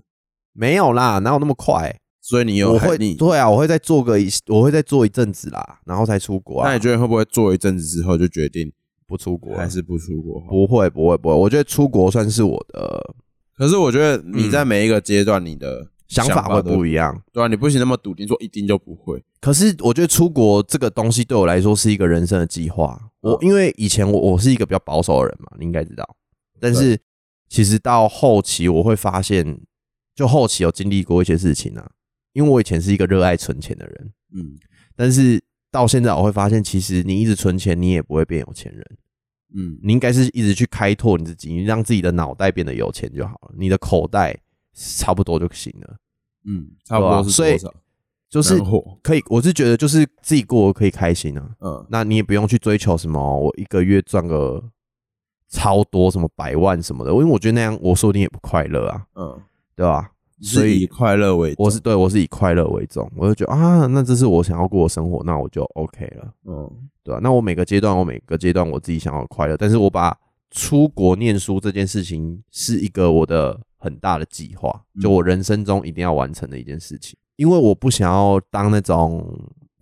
没有啦，哪有那么快？
所以你有
我
还
会
你，
对啊，我会再做个一，我会再做一阵子啦，然后才出国啊。
那你觉得会不会做一阵子之后就决定
不出国了
还是不出国好？
不会不会不会？我觉得出国算是我的
可是我觉得你在每一个阶段，你的
嗯想法会不一
一
样。
对啊，你不行那么笃定说一定就不会。
可是我觉得出国这个东西对我来说是一个人生的计划。我
嗯
因为以前我我是一个比较保守的人嘛，你应该知道。但是其实到后期我会发现，就后期有经历过一些事情啊，因为我以前是一个热爱存钱的人，
嗯
但是到现在我会发现，其实你一直存钱，你也不会变有钱人。
嗯，
你应该是一直去开拓你自己，你让自己的脑袋变得有钱就好了，你的口袋差不多就行了。
嗯，差不多是
对啊
多
所
少？
就是
能活，
可以，我是觉得就是自己过得可以开心啊，
嗯，
那你也不用去追求什么，我一个月赚个超多什么百万什么的，因为我觉得那样我说不定也不快乐啊，
嗯，
对吧？所
所以以
以
快乐为重
我是对我是以快乐为重，我就觉得啊，那这是我想要过的生活，那我就 OK 了，
嗯
对吧、那我每个阶段我每个阶段我自己想要的快乐，但是我把出国念书这件事情是一个我的很大的计划，
嗯
就我人生中一定要完成的一件事情，因为我不想要当那种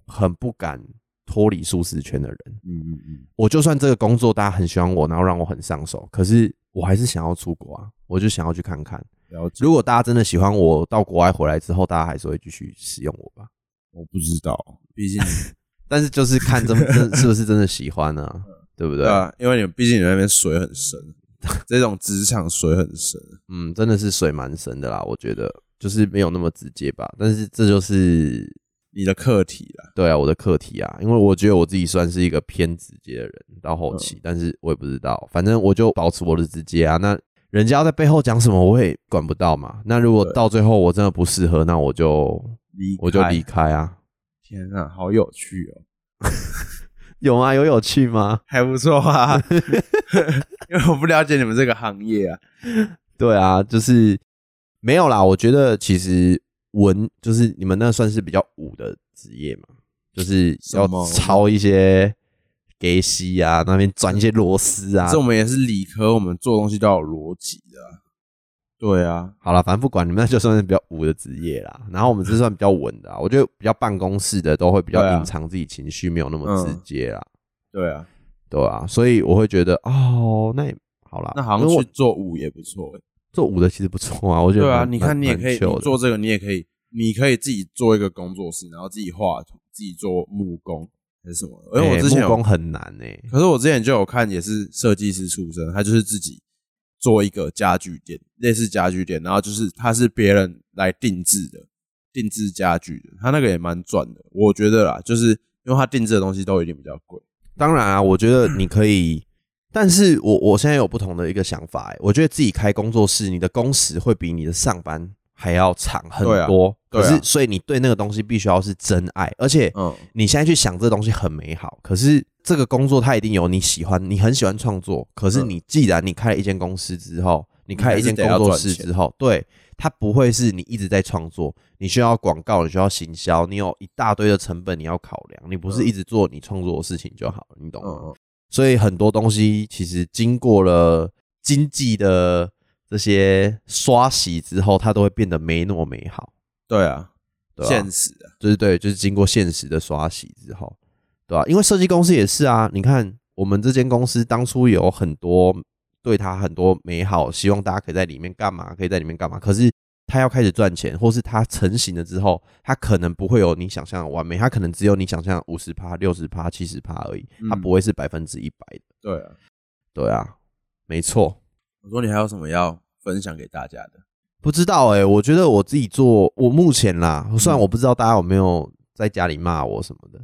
很不敢脱离舒适圈的人。
嗯嗯嗯，
我就算这个工作大家很喜欢我，然后让我很上手，可是我还是想要出国啊，我就想要去看看。
了解。
如果大家真的喜欢我，到国外回来之后，大家还是会继续使用我吧。
我不知道，毕竟
但是就是看 真真是不是真的喜欢呢、啊，对不 对？
对啊，因为你毕竟你那边水很深，这种职场水很深。
嗯，真的是水蛮深的啦，我觉得就是没有那么直接吧。但是这就是
你的课题啦，
对啊我的课题啊，因为我觉得我自己算是一个偏直接的人到后期，但是我也不知道，反正我就保持我的直接啊。那人家在背后讲什么，我也管不到嘛。那如果
对
到最后我真的不适合，那我就
离
我就
开
离。开啊。
天啊，好有趣哦，
有吗？有有趣吗？
还不错啊。因为我不了解你们这个行业啊，
对啊，就是没有啦。我觉得其实文就是你们那算是比较武的职业嘛，就是要
什么
抄一些给西啊，那边转一些螺丝啊
这。我们也是理科，我们做东西都要有逻辑的啊、对啊，
好了，反正不管你们那就算是比较武的职业 啦。然后我们这算比较文的啊，我觉得比较办公室的都会比
对
较
啊
隐藏自己情绪，没有那么直
嗯
接啦，
对啊，
对啊。所以我会觉得哦，那也好啦，
那好
因为
像
我
去做舞也不错、欸。
做武的其实不错啊，我觉得
对啊，
蛮
你看
蛮
你也
蛮
可以你
chill 的
做这个，你也可以，你可以自己做一个工作室，然后自己画图，自己做木工还是什么的。因为我
欸
之前
木
有
工很难哎、
可是我之前就有看，也是设计师出身，他就是自己做一个家具店，类似家具店，然后就是他是别人来定制的，定制家具的，他那个也蛮赚的，我觉得啦，就是因为他定制的东西都一定比较贵，
当然啊，我觉得你可 以，但是我我现在有不同的一个想法、欸，我觉得自己开工作室，你的工时会比你的上班还要长很多。
对啊对
可
啊
是，所以你对那个东西必须要是真爱，而且
嗯，
你现在去想这东西很美好，可是这个工作它一定有你喜欢，你很喜欢创作，可是
嗯
你既然你开了一间公司之后，你开了一间工作室之后，对它不会是你一直在创作，你需要广告，你需要行销，你有一大堆的成本你要考量，你不是
嗯
一直做你创作的事情就好了，你懂
嗯
吗？
嗯，
所以很多东西其实经过了经济的这些刷洗之后，它都会变得没那么美好，
对啊，
对吧？
现实啊，
就是对，就是经过现实的刷洗之后，对吧、因为设计公司也是啊，你看我们这间公司当初有很多对他很多美好，希望大家可以在里面干嘛，可以在里面干嘛。可是他要开始赚钱，或是他成型了之后，他可能不会有你想象的完美，他可能只有你想象五十趴、六十趴、七十趴而已，他
嗯
不会是百分之一百的。
对啊，
对啊，没错。
我说你还有什么要分享给大家的？
不知道哎、我觉得我自己做，我目前啦，虽然
嗯
我不知道大家有没有在家里骂我什么的，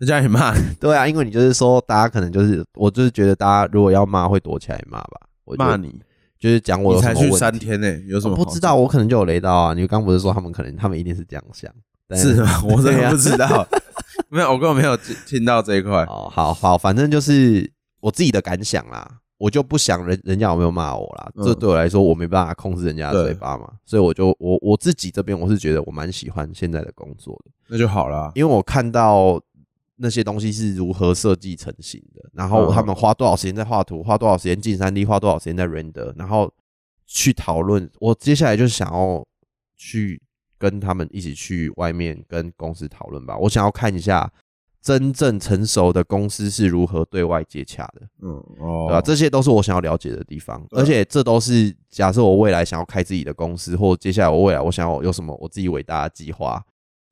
在家里骂
对啊，因为你就是说，大家可能就是，我就是觉得大家如果要骂，会躲起来骂吧。我就
骂，你，
就是讲我
你
有什
才
么问
去
题。
三天呢、有什么
我
好
不知道，我可能就有雷到啊。你刚不是说他们可能，他们一定是这样想，但
是吗？我真
对
的
啊
不知 道，没有，我根本没有听听到这一块，
哦，好好，反正就是我自己的感想啦。我就不想人人家有没有骂我啦，
嗯
这对我来说我没办法控制人家的
对
嘴巴嘛，所以我就我我自己这边我是觉得我蛮喜欢现在的工作的。
那就好啦。
因为我看到那些东西是如何设计成型的，然后
嗯
他们花多少时间在画图，花多少时间进三 D，花多少时间在 render，然后去讨论。我接下来就想要去跟他们一起去外面跟公司讨论吧，我想要看一下。真正成熟的公司是如何对外接洽的，
嗯哦，
对吧、啊这些都是我想要了解的地方，
对啊
而且这都是假设我未来想要开自己的公司，或接下来我未来我想要有什么我自己伟大的计划，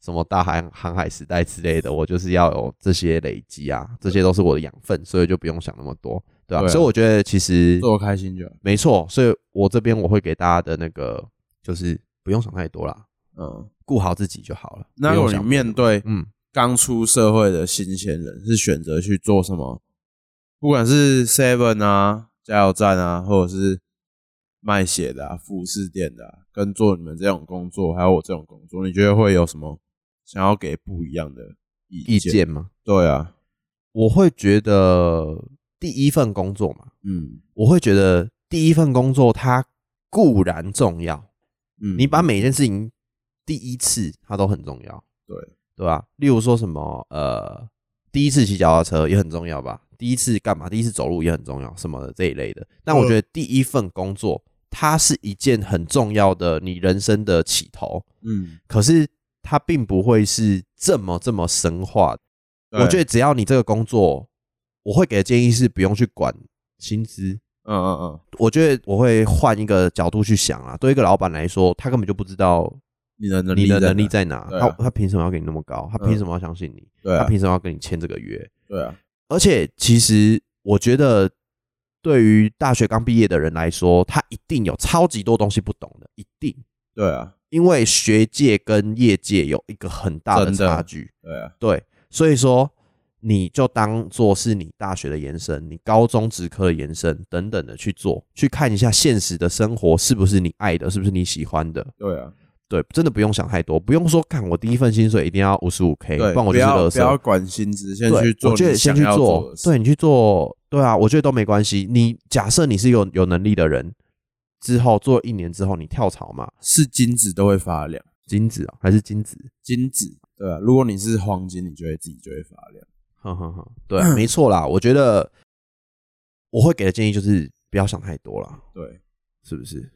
什么大航航海时代之类的，我就是要有这些累积啊，这些都是我的养分，所以就不用想那么多，对吧、
对啊
所以我觉得其实
做开心就好。
没错，所以我这边我会给大家的那个就是不用想太多啦，
嗯，
顾好自己就好了。
那
不
如
用
果你
想
面对
嗯
刚出社会的新鲜人，是选择去做什么？不管是 Seven 啊、加油站啊，或者是卖血的、啊、服饰店的、啊，跟做你们这种工作，还有我这种工作，你觉得会有什么想要给不一样的意
意
见？
见吗？
对啊，
我会觉得第一份工作嘛，
嗯
我会觉得第一份工作它固然重要，
嗯，
你把每件事情第一次它都很重要，
对
对吧？例如说什么呃，第一次骑脚踏车也很重要吧，第一次干嘛，第一次走路也很重要什么的这一类的。但我觉得第一份工作它是一件很重要的你人生的起头，
嗯，
可是它并不会是这么这么神化的
对
我觉得只要你这个工作，我会给的建议是不用去管薪资，
嗯嗯嗯，
我觉得我会换一个角度去想啊。对一个老板来说，他根本就不知道
你的能力
你的能力
哪
在哪，
对
他
啊
他凭什么要给你那么高？他
嗯
凭什么要相信你？
对
他
啊
凭什么要跟你签这个约？
对啊，
而且，其实我觉得，对于大学刚毕业的人来说，他一定有超级多东西不懂的，一定，
对啊，
因为学界跟业界有一个很大的
真的
差距。
对啊，
对，所以说你就当做是你大学的延伸，你高中职科的延伸等等的去做，去看一下现实的生活是不是你爱的，是不是你喜欢的。
对啊，
对，真的不用想太多，不用说看我第一份薪水一定要五十五 k，
对，
不然我
不
就是
要
垃
不要
圾。
管薪资，先去
对，
做
我觉
你
得先
想
去
要做
做
的，事。
对你去做，对啊，我觉得都没关系。你假设你是有有能力的人，之后做一年之后你跳槽嘛，
是金子都会发亮，
金子啊、还是金子？
金子对啊，如果你是黄金，你就会自己就会发亮。
哼哼哼，对啊，没错啦。我觉得我会给的建议就是不要想太多啦，
对，
是不是？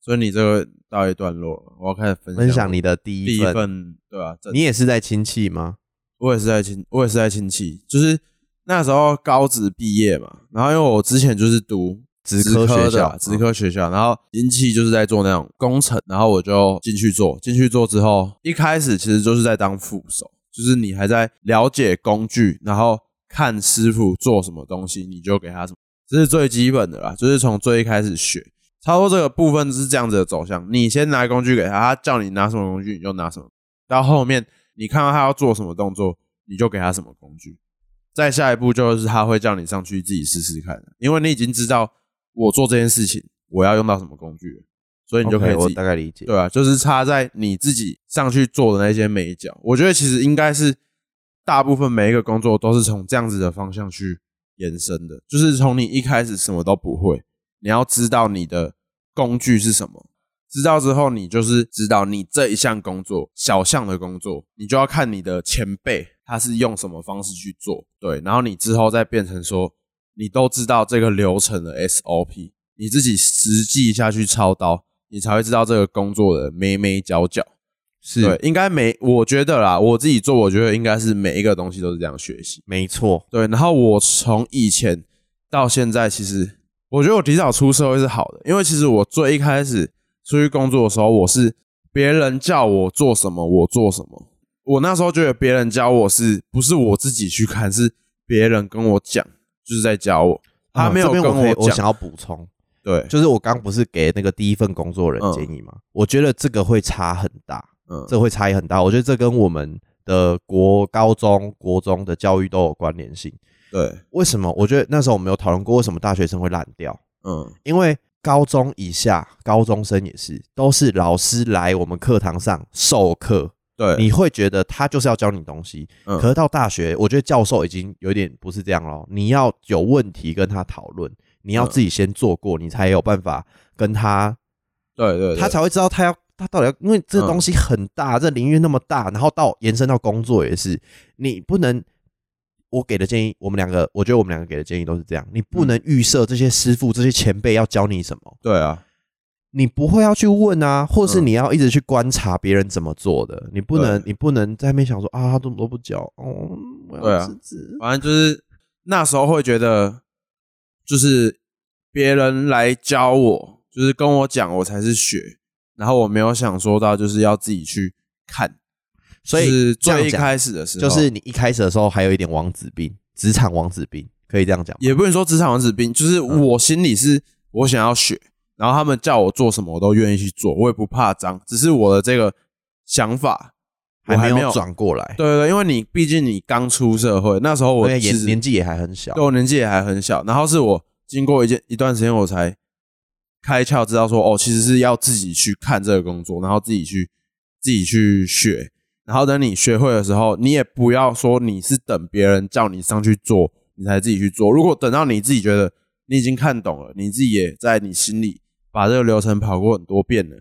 所以你这个到一段落了，我要开始分享
分享你的第
第
一
一
份，
份对啊，这
你也是在亲戚吗？
我也是在亲，我也是在亲戚，就是那时候高职毕业嘛，然后因为我之前就是读
职科
科
学
的
校嗯
啊职科学校，然后亲戚就是在做那种工程，然后我就进去做，进去做之后，一开始其实就是在当副手，就是你还在了解工具，然后看师傅做什么东西，你就给他什么，这是最基本的啦，就是从最一开始学。差不多这个部分是这样子的走向，你先拿工具给他，他叫你拿什么工具你就拿什么，到后面你看到他要做什么动作，你就给他什么工具。再下一步就是他会叫你上去自己试试看，因为你已经知道我做这件事情我要用到什么工具了，所以你就可以
OK，我
自己
大概理解。
对啊，就是差在你自己上去做的那些美角。我觉得其实应该是大部分每一个工作都是从这样子的方向去延伸的，就是从你一开始什么都不会，你要知道你的工具是什么。知道之后，你就是知道你这一项工作小项的工作，你就要看你的前辈他是用什么方式去做，对，然后你之后再变成说，你都知道这个流程的 SOP，你自己实际下去操刀，你才会知道这个工作的眉眉角角。对
是，，
应该每我觉得啦，我自己做，我觉得应该是每一个东西都是这样学习。
没错，
对，然后我从以前到现在，其实我觉得我提早出社会是好的，因为其实我最一开始出去工作的时候，我是别人叫我做什么，我做什么。我那时候觉得别人教我是不是我自己去看，是别人跟我讲，就是在教我，他
啊
没有
这边
跟
我可以我
讲。
想要补充，
对，
就是我刚不是给那个第一份工作人
嗯
建议吗？我觉得这个会差很大，
嗯，
这会差异很大。我觉得这跟我们的国高中、国中的教育都有关联性。
对，
为什么？我觉得那时候我们有讨论过，为什么大学生会烂掉？
嗯，
因为高中以下，高中生也是，都是老师来我们课堂上授课，
对，
你会觉得他就是要教你东西。
嗯
可是到大学，我觉得教授已经有点不是这样咯，你要有问题跟他讨论，你要
嗯
自己先做过，你才有办法跟他，
对对，
他
对
才会知道他要他到底要，因为这
嗯
东西很大，这领域那么大，然后到延伸到工作也是，你不能。我给的建议，我们两个，我觉得我们两个给的建议都是这样：你不
嗯
能预设这些师傅、这些前辈要教你什么，
对啊，
你不会要去问啊，或是
嗯
你要一直去观察别人怎么做的，你不能
对
你不能在那边想说啊，他怎么都不教哦，我
对
要
啊
辞职。
反正就是那时候会觉得，就是别人来教我，就是跟我讲，我才是学。然后我没有想说到，就是要自己去看。
所以
就是
这样
最一
讲
开始哦的时候，
就是你一开始的时候还有一点王子病，职场王子病，可以这样讲吗。
也不能说职场王子兵，就是
嗯
我心里是我想要学，然后他们叫我做什么，我都愿意去做，我也不怕脏。只是我的这个想法
还
我还
没
没
有
有
转过来，
对对对，因为你毕竟你刚出社会，那时候我
因为
其
年
实
年纪也还很小
对，我年纪也还很小，然后是我经过一件一段时间，我才开窍，知道说哦，其实是要自己去看这个工作，然后自己去自己去学，然后等你学会的时候，你也不要说你是等别人叫你上去做，你才自己去做。如果等到你自己觉得你已经看懂了，你自己也在你心里把这个流程跑过很多遍了，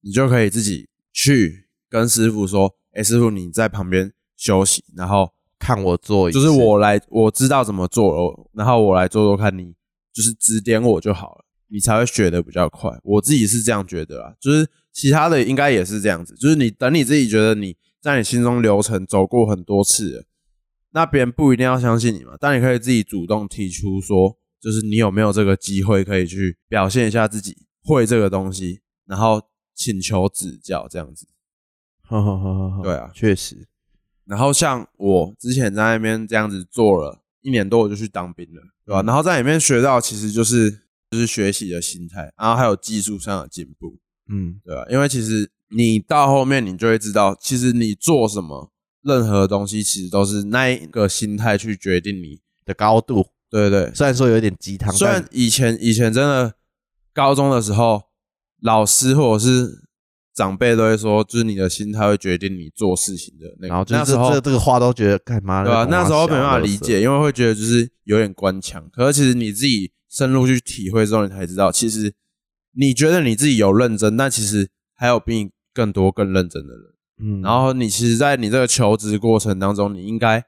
你就可以自己去跟师傅说，哎，师傅你在旁边休息，然后。
看我做一次，
就是我来，我知道怎么做了，然后我来做做看你，就是指点我就好了，你才会学的比较快。我自己是这样觉得啊，就是其他的应该也是这样子，就是你等你自己觉得你在你心中流程走过很多次了，那别人不一定要相信你嘛，但你可以自己主动提出说，就是你有没有这个机会可以去表现一下自己会这个东西，然后请求指教这样子。
呵呵呵呵呵，
对啊
确实，
然后像我之前在那边这样子做了一年多，我就去当兵了，对
嗯
吧、然后在里面学到其实就是就是学习的心态，然后还有技术上的进步，
嗯，
对吧、因为其实你到后面你就会知道，其实你做什么，任何东西其实都是那一个心态去决定你。
的高度
对对对，
虽然说有点鸡汤，
虽然
但
以前以前真的高中的时候，老师或者是长辈都会说，就是你的心态会决定你做事情的那个。
然后就
那
是
时
这
候
这这个话都觉得干嘛？
对啊，
在
那时
捧
候
我
没办
小
法
垃
理，
圾
解，因为会觉得就是有点官腔。可是其实你自己深入去体会之后，你才知道，其实你觉得你自己有认真，但其实还有比你更多更认真的人。
嗯
然后你其实，在你这个求职过程当中，你应该，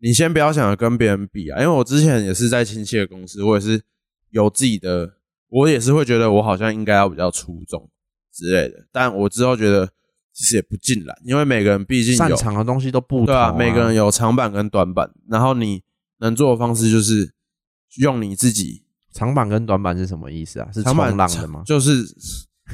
你先不要想着跟别人比啊，因为我之前也是在亲戚的公司，我也是有自己的，我也是会觉得我好像应该要比较出众之类的，但我之后觉得其实也不尽然，因为每个人毕竟
擅
有
长的东西都不同、
对啊，每个人有长板跟短板，然后你能做的方式就是用你自己
长板跟短板是什么意思啊？是
长
冲
板
浪的吗？
就是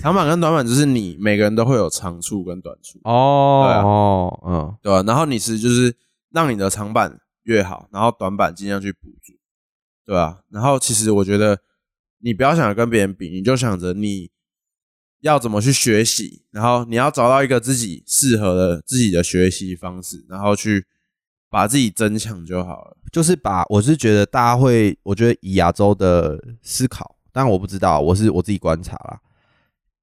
长板跟短板，就是你每个人都会有长处跟短处。
哦、
对啊
哦，嗯，
对啊吧、然后你其实就是让你的长板越好，然后短板尽量去补足，对吧、然后其实我觉得你不要想着跟别人比，你就想着你要怎么去学习，然后你要找到一个自己适合的自己的学习方式，然后去把自己增强就好了。
就是把我是觉得大家会，我觉得以亚洲的思考，但我不知道，我是我自己观察啦。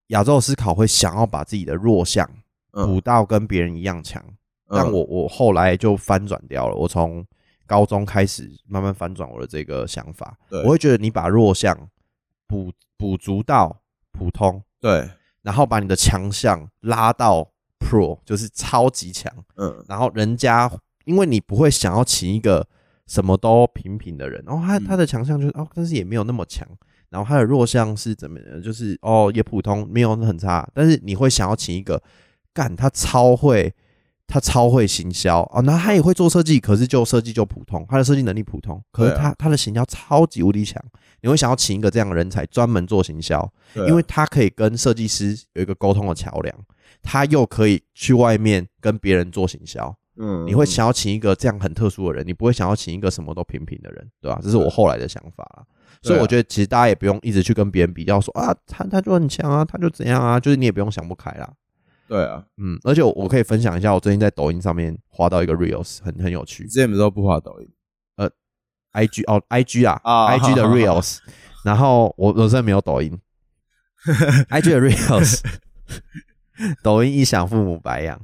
亚洲的思考会想要把自己的弱项
嗯
补，到跟别人一样强，但
嗯
我我后来就翻转掉了，我从高中开始慢慢翻转我的这个想法，
对
我会觉得你把弱项补补足到普通，
对，
然后把你的强项拉到 pro，就是超级强，
嗯，
然后人家因为你不会想要请一个什么都平平的人，然后他
嗯
他的强项就是哦，但是也没有那么强，然后他的弱项是怎么样，就是哦也普通，没有很差，但是你会想要请一个干他超会。他超会行销哦，那他也会做设计，可是就设计就普通，他的设计能力普通，可是
对啊
他、他的行销超级无敌强，你会想要请一个这样的人才专门做行销，
对啊
因为他可以跟设计师有一个沟通的桥梁，他又可以去外面跟别人做行销。
嗯
你会想要请一个这样很特殊的人，你不会想要请一个什么都平平的人，对吧、这是我后来的想法啦。
对啊
所以我觉得其实大家也不用一直去跟别人比较说啊，他他就很强啊，他就怎样啊，就是你也不用想不开啦。
对啊，
嗯，而且我我可以分享一下，我最近在抖音上面滑到一个 reels，很很有趣
你之前不是都不滑抖音
，IG 哦 IG 啊、
啊
i g 的 reels，然后我我真的没有抖音，IG 的 reels，抖音一响父母白养，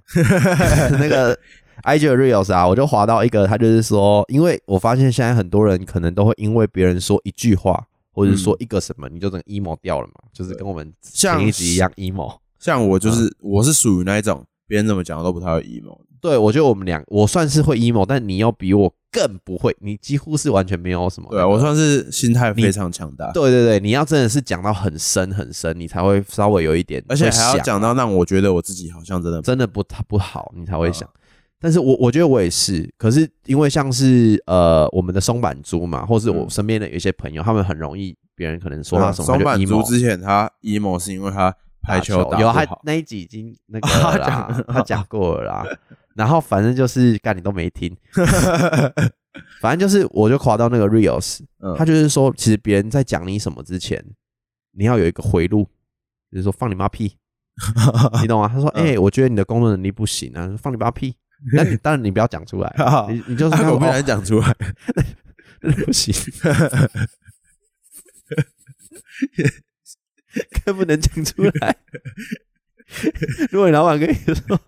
那个 IG 的 Reels 啊，我就滑到一个，他就是说，因为我发现现在很多人可能都会因为别人说一句话，或者说一个什么，你就整个 emo 掉了嘛，就是跟我们前一集一样 emo。
像我
嗯
就是、我是属于那一种别人怎么讲我都不太会 emo 的
对，我觉得我们两，我算是会 emo，但你要比我更不会，你几乎是完全没有什么。
对啊，我算是心态非常强大，
对对对，你要真的是讲到很深很深，你才会稍微有一点，
而且还要
会想啊
讲到让我觉得我自己好像真的
真的不不好，你才会
嗯
想。但是我我觉得我也是，可是因为像是呃我们的松板猪嘛，或是我
嗯啊
身边的有一些朋友，他们很容易别人可能说他什么
松
他
板
就
猪
emo
之前他 emo 是因为他
打
排球打
有啊
不
他
好，
那一集已经 那个了
他讲
啦，他讲过了啦。然后反正就是干你都没听，反正就是我就滑到那个 reels，、
嗯
他就是说其实别人在讲你什么之前，你要有一个回路，就是说放你妈 屁，你懂吗？他说：“哎、
嗯，
我觉得你的工作能力不行啊，放你妈屁。”那你当然你不要讲出来 你你就是
他
看我
口啊不敢讲出来，
哦 不行，更 不能讲出来。 如果你老板跟你说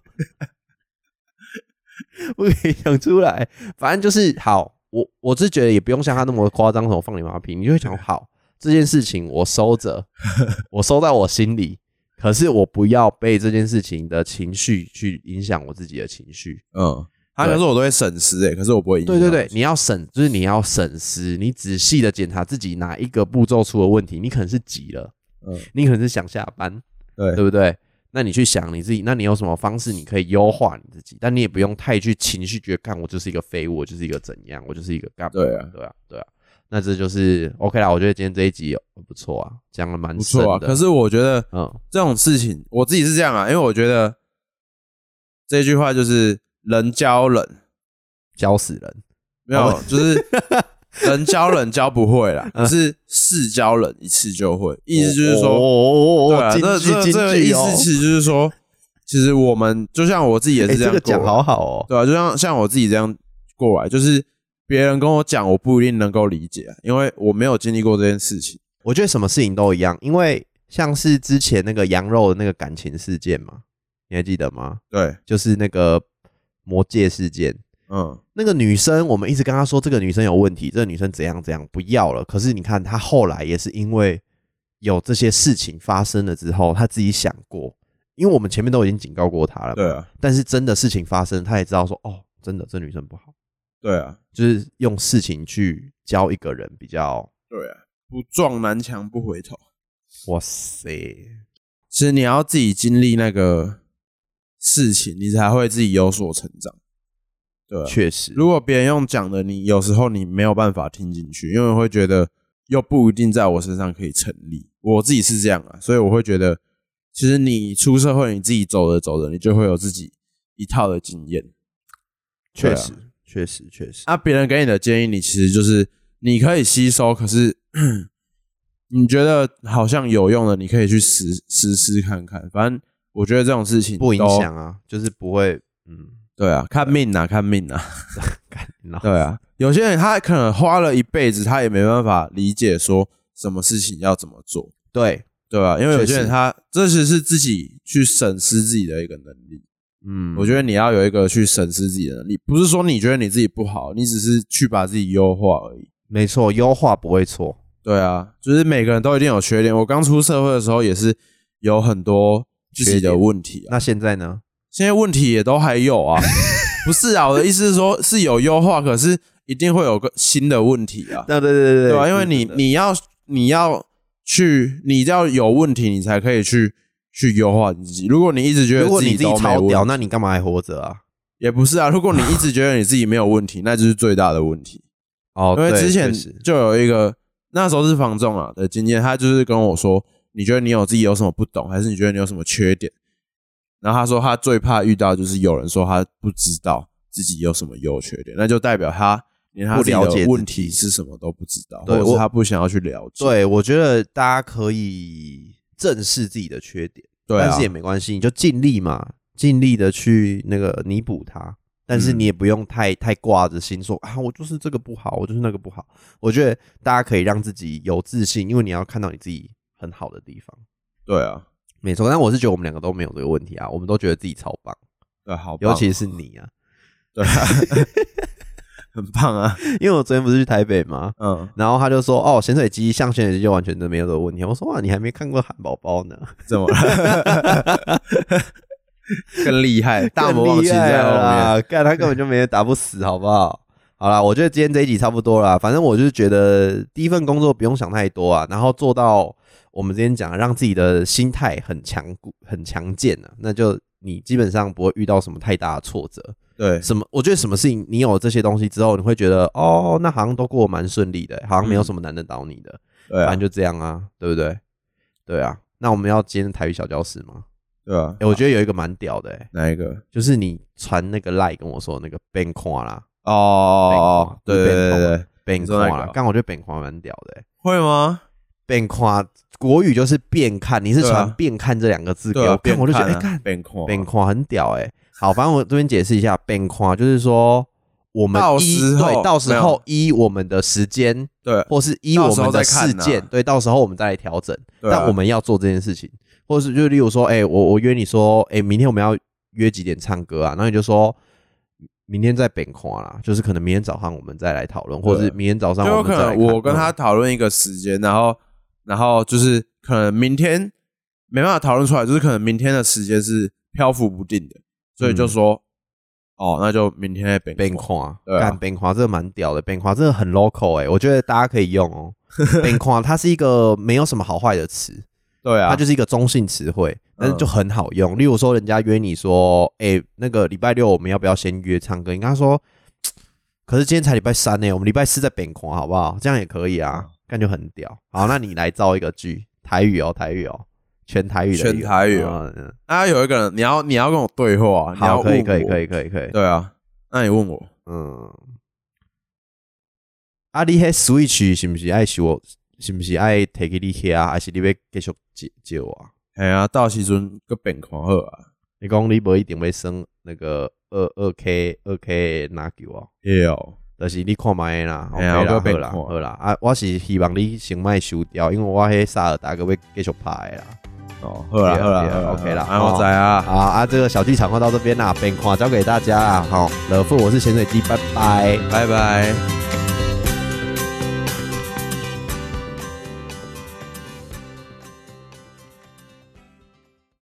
不可以讲出来，反正就是好。我我是觉得也不用像他那么夸张，什么放你妈屁，你就会想好这件事情我收着， 我收在我心里。可是我不要被这件事情的情绪去影响我自己的情绪，
嗯，他
对
可是我都会省思哎，可是我不会影响
对对对，你要审，就是你要审视，你仔细的检查自己哪一个步骤出了问题。你可能是急了，
嗯
你可能是想下班，
对
对不对？那你去想你自己，那你有什么方式你可以优化你自己？但你也不用太去情绪觉得，干我就是一个废物，我就是一个怎样，我就是一个干嘛？
对啊
对啊，对啊。那这就是 OK 啦，我觉得今天这一集不错啊，讲的蛮
不
深的。
错啊，可是我觉得
嗯，
这种事情我自己是这样啊，因为我觉得这句话就是人教人，
教死人，
没有，
哦
就是 人教人教不会啦，可是事教人一次就会，意思就是说
嗯哦哦
对
哦哦
啊，
金
这
句
这
金
这个
句
意
哦
思其实就是说，其实我们就像我自己也
哎
是这
这
样
个讲
过
好
来，
好哦，
对啊，就像像我自己这样过来，就是别人跟我讲，我不一定能够理解，啊因为我没有经历过这件事情。
我觉得什么事情都一样，因为像是之前那个羊肉的那个感情事件嘛，你还记得吗？
对，
就是那个魔戒事件，
嗯，
那个女生，我们一直跟她说这个女生有问题，这个女生怎样怎样不要了。可是你看她后来也是因为有这些事情发生了之后，他自己想过，因为我们前面都已经警告过他了，
对。啊，
但是真的事情发生，他也知道说，哦，真的这女生不好，
对啊，
就是用事情去教一个人比较。
对啊，不撞南墙不回头。
哇塞，
其实你要自己经历那个事情，你才会自己有所成长。对啊、
确实，
如果别人用讲的，你有时候你没有办法听进去，因为会觉得又不一定在我身上可以成立。我自己是这样啊，所以我会觉得，其实你出社会，你自己走着走着，你就会有自己一套的经验。
确
对啊
实，确实，确实，
啊，别人给你的建议，你其实就是你可以吸收，可是 你觉得好像有用的，你可以去实实施看看。反正我觉得这种事情
不影
都，
响啊，就是不会，嗯，
对啊，看命啊，看命啊。
干老
对啊，有些人他可能花了一辈子，他也没办法理解说什么事情要怎么做，
对，
对吧、因为有些
确
人
实
他这其实是自己去审视自己的一个能力。
嗯，
我觉得你要有一个去审视自己的能力，不是说你觉得你自己不好，你只是去把自己优化而已。
没错，优化不会错，
对啊，就是每个人都一定有缺点。我刚出社会的时候也是有很多自己
缺
的
点
问题啊，
那现在呢？
现在问题也都还有啊。 不是啊，我的意思是说，是有优化，可是一定会有个新的问题啊。
对对对对
对吧、因为你
是的
你要你要去，你要有问题，你才可以去去优化你自己。如果你一直觉得
如果
自
你自己
都没
超
问
屌，
题，
那你干嘛还活着啊？
也不是啊。如果你一直觉得你自己没有问题，那就是最大的问题。
哦，
因为
对
之前
确实
就有一个那时候是房仲啊的经验，他就是跟我说，你觉得你有自己有什么不懂，还是你觉得你有什么缺点？然后他说他最怕遇到就是有人说他不知道自己有什么优缺点，那就代表他连他
不
自己
了解
的
自
问
己
题是什么都不知道，
对
或者是
我
他不想要去了解。
对，我觉得大家可以正视自己的缺点，
对啊，
但是也没关系，你就尽力嘛，尽力的去那个弥补它。但是你也不用太太挂着心说啊，我就是这个不好，我就是那个不好。我觉得大家可以让自己有自信，因为你要看到你自己很好的地方。
对啊，
没错，但我是觉得我们两个都没有这个问题啊，我们都觉得自己超棒，
对，啊好棒，
尤其是你啊，
对啊，很棒啊，
因为我昨天不是去台北吗？
嗯，
然后他就说：“哦，咸水鸡像咸水鸡就完全都没有这个问题。”我说：“哇，你还没看过汉堡包呢，
怎么了？ 更厉害，大魔王其实在后面。
啦，干他根本就没有打不死，好不好？好啦，我觉得今天这一集差不多啦。反正我就是觉得第一份工作不用想太多啊，然后做到我们之前讲的，让自己的心态很强固、很强健啊，那就你基本上不会遇到什么太大的挫折。
对，
什么？我觉得什么事情你有这些东西之后，你会觉得哦，那好像都过得蛮顺利的，好像没有什么难得倒你的。
对
反
啊
正，就这样啊，对不对？对啊，那我们要今天台语小教室吗？
对啊
哎、。我觉得有一个蛮屌的、欸，
哪一个？
就是你传那个赖跟我说那个 Ben 框啦
哦，对对对对对，
，Ben
你说那
框
个
啦
哦，
刚、我觉得 Ben 框蛮屌的、欸、
会吗？
，Ben 框国语就是变看，你是
对啊
传变看这两个字给
对
我
啊，
看，我就觉得哎干、
边框
Ben 框很屌哎、好，反正我这边解释一下，Ben 框就是说。我们
到
依
时候
对，到时
没有
候依我们的时间，
对
或是依
到
我
时候
们的
再看啊
事
呐
件，对，到时候我们再来调整。
对啊
但我们要做这件事情，或是就例如说，哎、我我约你说，哎、明天我们要约几点唱歌啊？然后你就说，明天再本框啦，就是可能明天早上我们再来讨论，或
对
是明天早上
就
我
有
们
可
再来
能
看。嗯
我跟他讨论一个时间，然后然后就是可能明天没办法讨论出来，就是可能明天的时间是漂浮不定的，所以就
嗯
说哦，那就明天再边
本框，
对啊
干本框，这个蛮屌的，本框真的很 local 哎、我觉得大家可以用 哦。本框它是一个没有什么好坏的词，
对啊，
它就是一个中性词汇，但是
嗯
就很好用。例如说，人家约你说，哎、那个礼拜六我们要不要先约唱歌？你跟他说，可是今天才礼拜三呢、我们礼拜四在北狂好不好？这样也可以
嗯
啊，感觉很屌。好，那你来造一个句，台语哦，台语哦，全台语的一个，
全台语哦
嗯，嗯
啊，有一个人，你要你要跟我对话啊，你要
好，可以，
问
可以，
我
可以，，可以，可以，
对啊，那你问我，
嗯。啊，你迄 Switch 是不是爱收？是不是爱 take 你遐，还是你要继续借借我啊？
哎呀，到时阵个变狂好啊，
你讲你无一定要升那个二二 K 二 K 篮球哦，
对哦，
但是你看卖啦
嘿啊
，OK 啦，好啦，
我还没看
好啦，啊，我是希望你先卖收掉，因为我迄萨尔达个要继续拍的啦。
哦，好啦
对啊
好啦
对啊
好啦
OK 啦
好啊
哦
我知啊，
好啊，这个小剧场话到这边啦，本款交给大家啦，好，乐富，我是潜水机，拜拜。
拜拜。